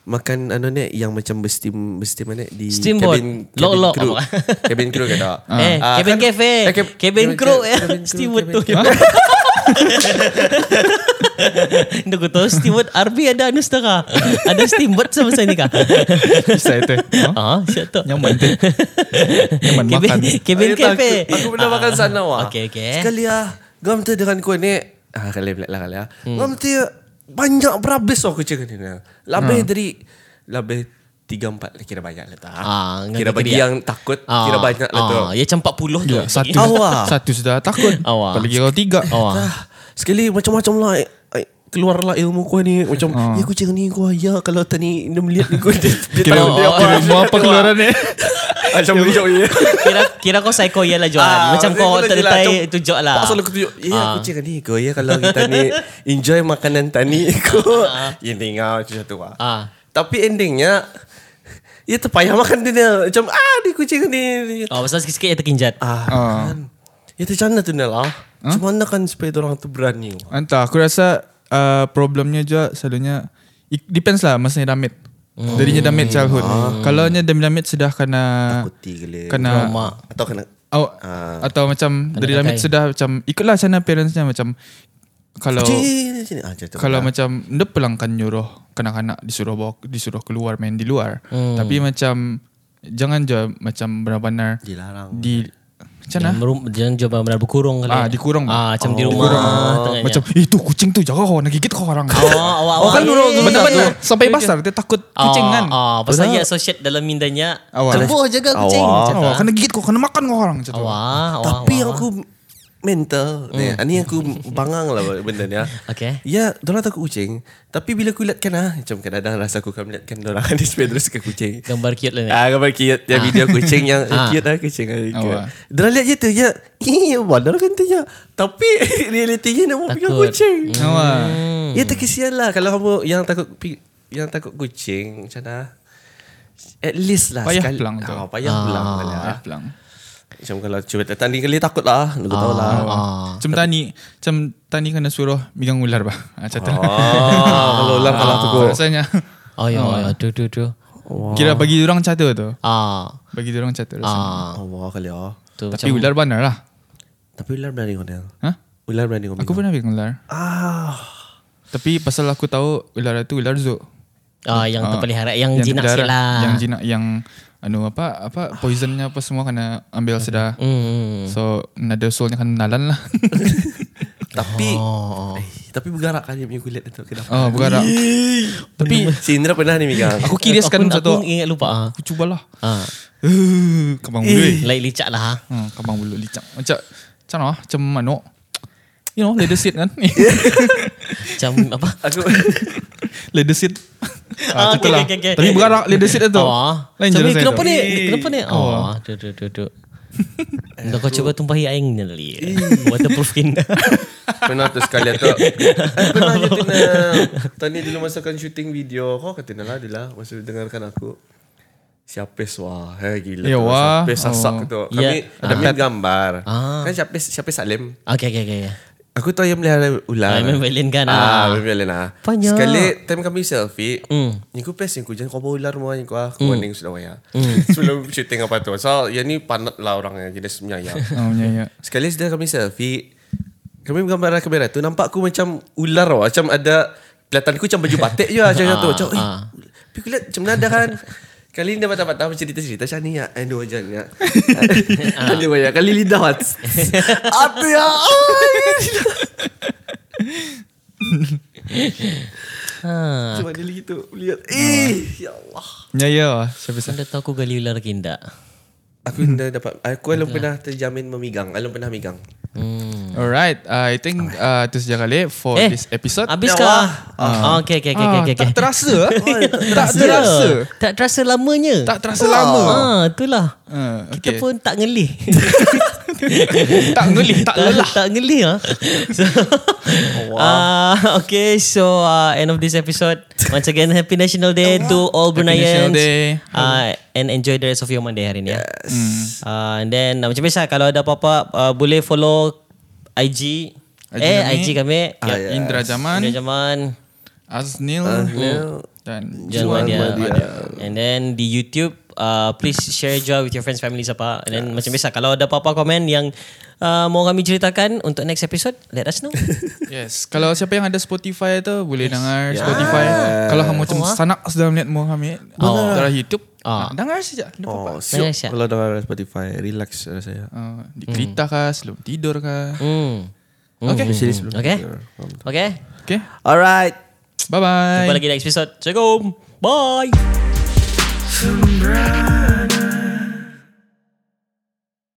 C: makan anu ni yang macam bersteam bersteam mana di
A: Steamboat.
C: cabin, cabin
A: Lok-lok
C: crew.
A: apa?
C: cabin crew kata.
A: Eh,
C: Ah,
A: cabin
C: kan-
A: cafe. Cabin crew, eh. Steward tu. Hindi ko to. Steward RB ada ano sa ka? Ada steamboat sa masa ni ka?
B: Bisa itu. Oh,
A: Ah, siya to.
B: nyaman tu. Nyaman
A: Kevin,
B: makan.
A: Kevin Cafe. Ah.
C: Aku, aku pernah makan sana wah.
A: Okay, okay.
C: Sekali ah, gam tu dengan kau ni. Ah, kali belak lah kali ah.
A: Hmm.
D: Ngam
C: Gam tu
D: tu
C: banyak berhabis aku cakap ni. nah.
A: Hmm.
C: Lebih dari lebih tiga empat lah, kira banyak lah tak.
A: Ah,
C: kira
A: ngerti
C: bagi
A: dia.
C: yang takut kira banyak lah tu.
A: Ah, ya campak puluh tu.
B: Ya, satu,
D: Awak.
B: satu sudah takut.
A: Awak.
B: Apalagi kalau tiga.
A: Oh.
D: Ah, Sekali macam-macam lah eh, eh, Keluarlah ilmu kau ni Macam
A: Ah.
D: Ya kucing ni kau ayah Kalau tadi dia melihat ni kau Dia, dia
B: Kira,
A: ah,
D: tahu dia apa
B: kira mau apa keluaran ni?
C: Macam bujuk je.
A: Kira kira kau psycho ya
C: Ah,
A: lah Johan. Macam
C: maksudnya
A: kau
C: boleh je
A: terdetai
C: Macam
A: tu jok lah.
C: Pasal aku tunjuk Ya aku cakap ni kau Ya kalau kita ni Enjoy makanan tani kau Ya tengok macam tu lah
A: Ah.
C: Tapi endingnya Ya terpayah makan dia Macam ah ni kucing ni
A: Oh, pasal sikit-sikit ya terkinjat.
C: Ah
B: Ah.
C: kan Ya tu macam mana tu Nel ah? Macam mana kan supaya orang tu berani
B: Entah, aku rasa uh, problemnya juga selalunya it depends lah masa damit. Darinya damit childhood. Kalau nya damit sudah kena
C: Putih gila
B: kena
A: Trauma.
C: Atau kena
B: Aw, atau macam dari
A: pakai.
B: damit sudah macam ikutlah sana parentsnya macam kalau
C: Cik sini ah, macam tu.
B: kalau macam dia pelangkan nyuruh kanak-kanak disuruh bawa, disuruh keluar main di luar. Tapi macam jangan je macam benar-benar
C: Dilarang
B: di macam mana?
A: Jangan merum- Jangan cuba benar berkurung kali.
B: Ah, dikurung.
A: Ah, macam di rumah. ya. tengahnya.
B: Macam eh, itu kucing tu jaga kau nak gigit kau orang.
A: Oh, awak
B: Oh, kan dulu
A: eh.
B: benar-benar sampai pasar dia takut kucing kan.
A: Ah, ah, pasal ia associate dalam mindanya.
B: Awak.
A: Tempoh jaga kucing. Macam tu,
B: Oh,
A: ah.
B: kena gigit kau, kena makan kau orang macam tu.
A: Wah, wah.
C: Tapi yang aku mental ni, ni aku bangang lah benda ni. ah.
A: Hmm. Okay.
C: Ya, dorang takut kucing. Tapi bila aku lihatkan ah, macam kadang-kadang rasa aku kan lihatkan dorang ada sepeda terus ke kucing.
A: Gambar cute lah ni.
C: Ah, gambar cute yang video kucing yang eh,
A: Ah.
C: cute lah kucing. Ah, cute.
B: Awak.
C: Dorang lihat je tu ya. Ih, bodoh kan tu ya. Tapi realitinya nak pegang
A: Takut.
C: kucing.
B: Wah.
A: Hmm.
C: Ya terkesian lah kalau kamu yang takut pi- yang takut kucing macam mana? At least lah
B: Payah pulang tu.
C: Ah, payah pulang lah.
B: Ah, pelang.
C: Macam kalau cuba tanding kali takut lah. Aku tahu lah.
B: Ah,
A: Ah.
B: Macam tani, macam tani kena suruh megang ular bah. Ah, Macam tu.
C: Oh, kalau ulang kalah tegur.
B: Rasanya.
A: Oh, ya, ya, tu, tu, tu.
B: Kira bagi orang cata tu.
A: Ah,
B: Bagi orang cata rasanya.
A: ah.
C: Allah kali ah.
A: Tu
B: Tapi ular benar lah.
C: Tapi ular berani kau Nel.
B: Hah?
C: Ular berani kau.
A: Hmm.
B: Aku pernah pegang ular.
C: Ah.
B: Tapi pasal aku tahu ular itu ular zoo.
A: Ah, yang terpelihara, yang,
B: Yang
A: jinak
B: terpelihara,
A: sikit lah.
B: Yang jinak yang anu apa apa poisonnya apa semua kena ambil sedar.
A: Hmm.
B: So nada soulnya kan nalan lah.
C: Tapi
A: Ah.
C: eh, tapi bergarak kali punya kulit tu kenapa?
B: oh bergarak.
C: Tapi si Indra pernah ni megang.
B: Aku curious kan
A: aku,
B: satu.
A: Aku ingat lupa. Ah.
B: Aku cubalah.
A: Ah.
B: Uh, kabang bulu. Eh.
A: Lain licak lah. ah.
B: Hmm, kabang bulu licak. Macam macam mana? ah? Macam mana? You know, leather seat kan?
A: Macam apa?
C: Aku
B: leather seat. Ah,
A: Ah, okay,
B: okay, lah.
A: okay, okay.
B: Tapi bergarak leather seat tu.
A: Oh.
B: Lain je "Eh."
A: Macam ni,
B: rasanya
A: kenapa
B: tu.
A: ni? Kenapa ni? Oh, tu, tu, tu, tu. Dah kau cuba tumpahi air ni lagi.
B: Eh.
A: Waterproofing.
C: pernah tu sekali tu. Aku pernah je tu Nel. Tani dulu masa kan shooting video. Kau kata Nel ada lah masa dengarkan aku. Siapis wah. Hei gila.
B: Ya,
C: tu.
B: wah.
C: Siapis sasak
B: Oh.
C: tu.
A: Ya.
C: Kami ada gambar. Kan siapis siapis Salim.
A: okay, okay, okay. okay.
C: Aku tahu yang melihara ular.
A: Ah, memang violin kan, ah.
C: Ah, memang violin ah.
A: Banyak.
C: Sekali time kami selfie, mm. yang ku pes yang ku jangan kau bawa ular rumah yang ku ah, ku warning sudah waya. Sebelum shooting apa tu. So, yang ni panat lah orang yang jenis menyayang.
B: Oh, ya, ya.
C: Sekali sudah kami selfie, Kami gambar kamera tu nampak aku macam ular tau. Macam ada kelihatan aku macam baju batik je lah, macam tu. Macam eh. Tapi kulit macam mana dah kan. Kali ni dah patah-patah macam cerita-cerita macam ni ya. Aduh macam ni ya. Aduh banyak. Kali lidah mat. Apa ya?
A: Ha,
C: Cuma dia lagi tu lihat. Eh, ya Allah.
B: Ya ya lah. Siapa
A: anda Kan tahu aku gali ular ke tidak?
C: Aku dah dapat Aku belum pernah terjamin memigang Belum pernah migang
B: Alright, uh, I think uh, itu saja kali for
A: Hmm. Eh,
B: this episode.
A: Habis ke?
C: Dah lah.
A: Ah, okay, okay,
B: Ya
A: okay,
B: Ah,
A: okay, okay.
B: Tak terasa. eh? tak terasa.
A: Tak terasa lamanya.
B: Tak terasa lama.
A: Ha, itulah.
B: Ah,
A: Kita
B: okay.
A: pun tak ngelih.
B: tak ngelih, tak lelah.
A: Tak ngelih ah. So, ah, okay, so uh, end of this episode. Once again, Happy National Day to all Bruneians.
B: National Day.
A: Uh, and enjoy the rest of your Monday hari ni. Yes. Uh, and then, uh, macam biasa, kalau ada apa-apa, uh, boleh follow IG.
B: IG
A: eh,
B: kami.
A: IG kami.
B: Ya, Indra Jaman,
A: Indra Jaman.
B: Aznil, dan
A: Jalan
C: Jual
A: Madia.
C: Madia.
A: And then di YouTube, uh, please share je with your friends, families apa. And then macam biasa, kalau ada apa-apa komen yang uh, mau kami ceritakan untuk next episode, let us know.
B: Yes, kalau siapa yang ada Spotify tu boleh dengar Spotify. Kalau kamu macam sanak sudah melihat Muhammad oh. dari YouTube,
A: eh?
B: nah,
A: Ah.
B: dengar saja. Oh.
C: Oh
A: siok. Malaysia.
C: Kalau dengar Spotify Relax rasa saya
B: Uh, di kereta kah, sebelum tidur kah.
A: hmm.
B: Okay.
A: Okay? Okay?
B: Okay,
C: Alright
B: bye-bye.
A: Jumpa lagi next episode. Assalamualaikum. Bye.
E: Sunrise.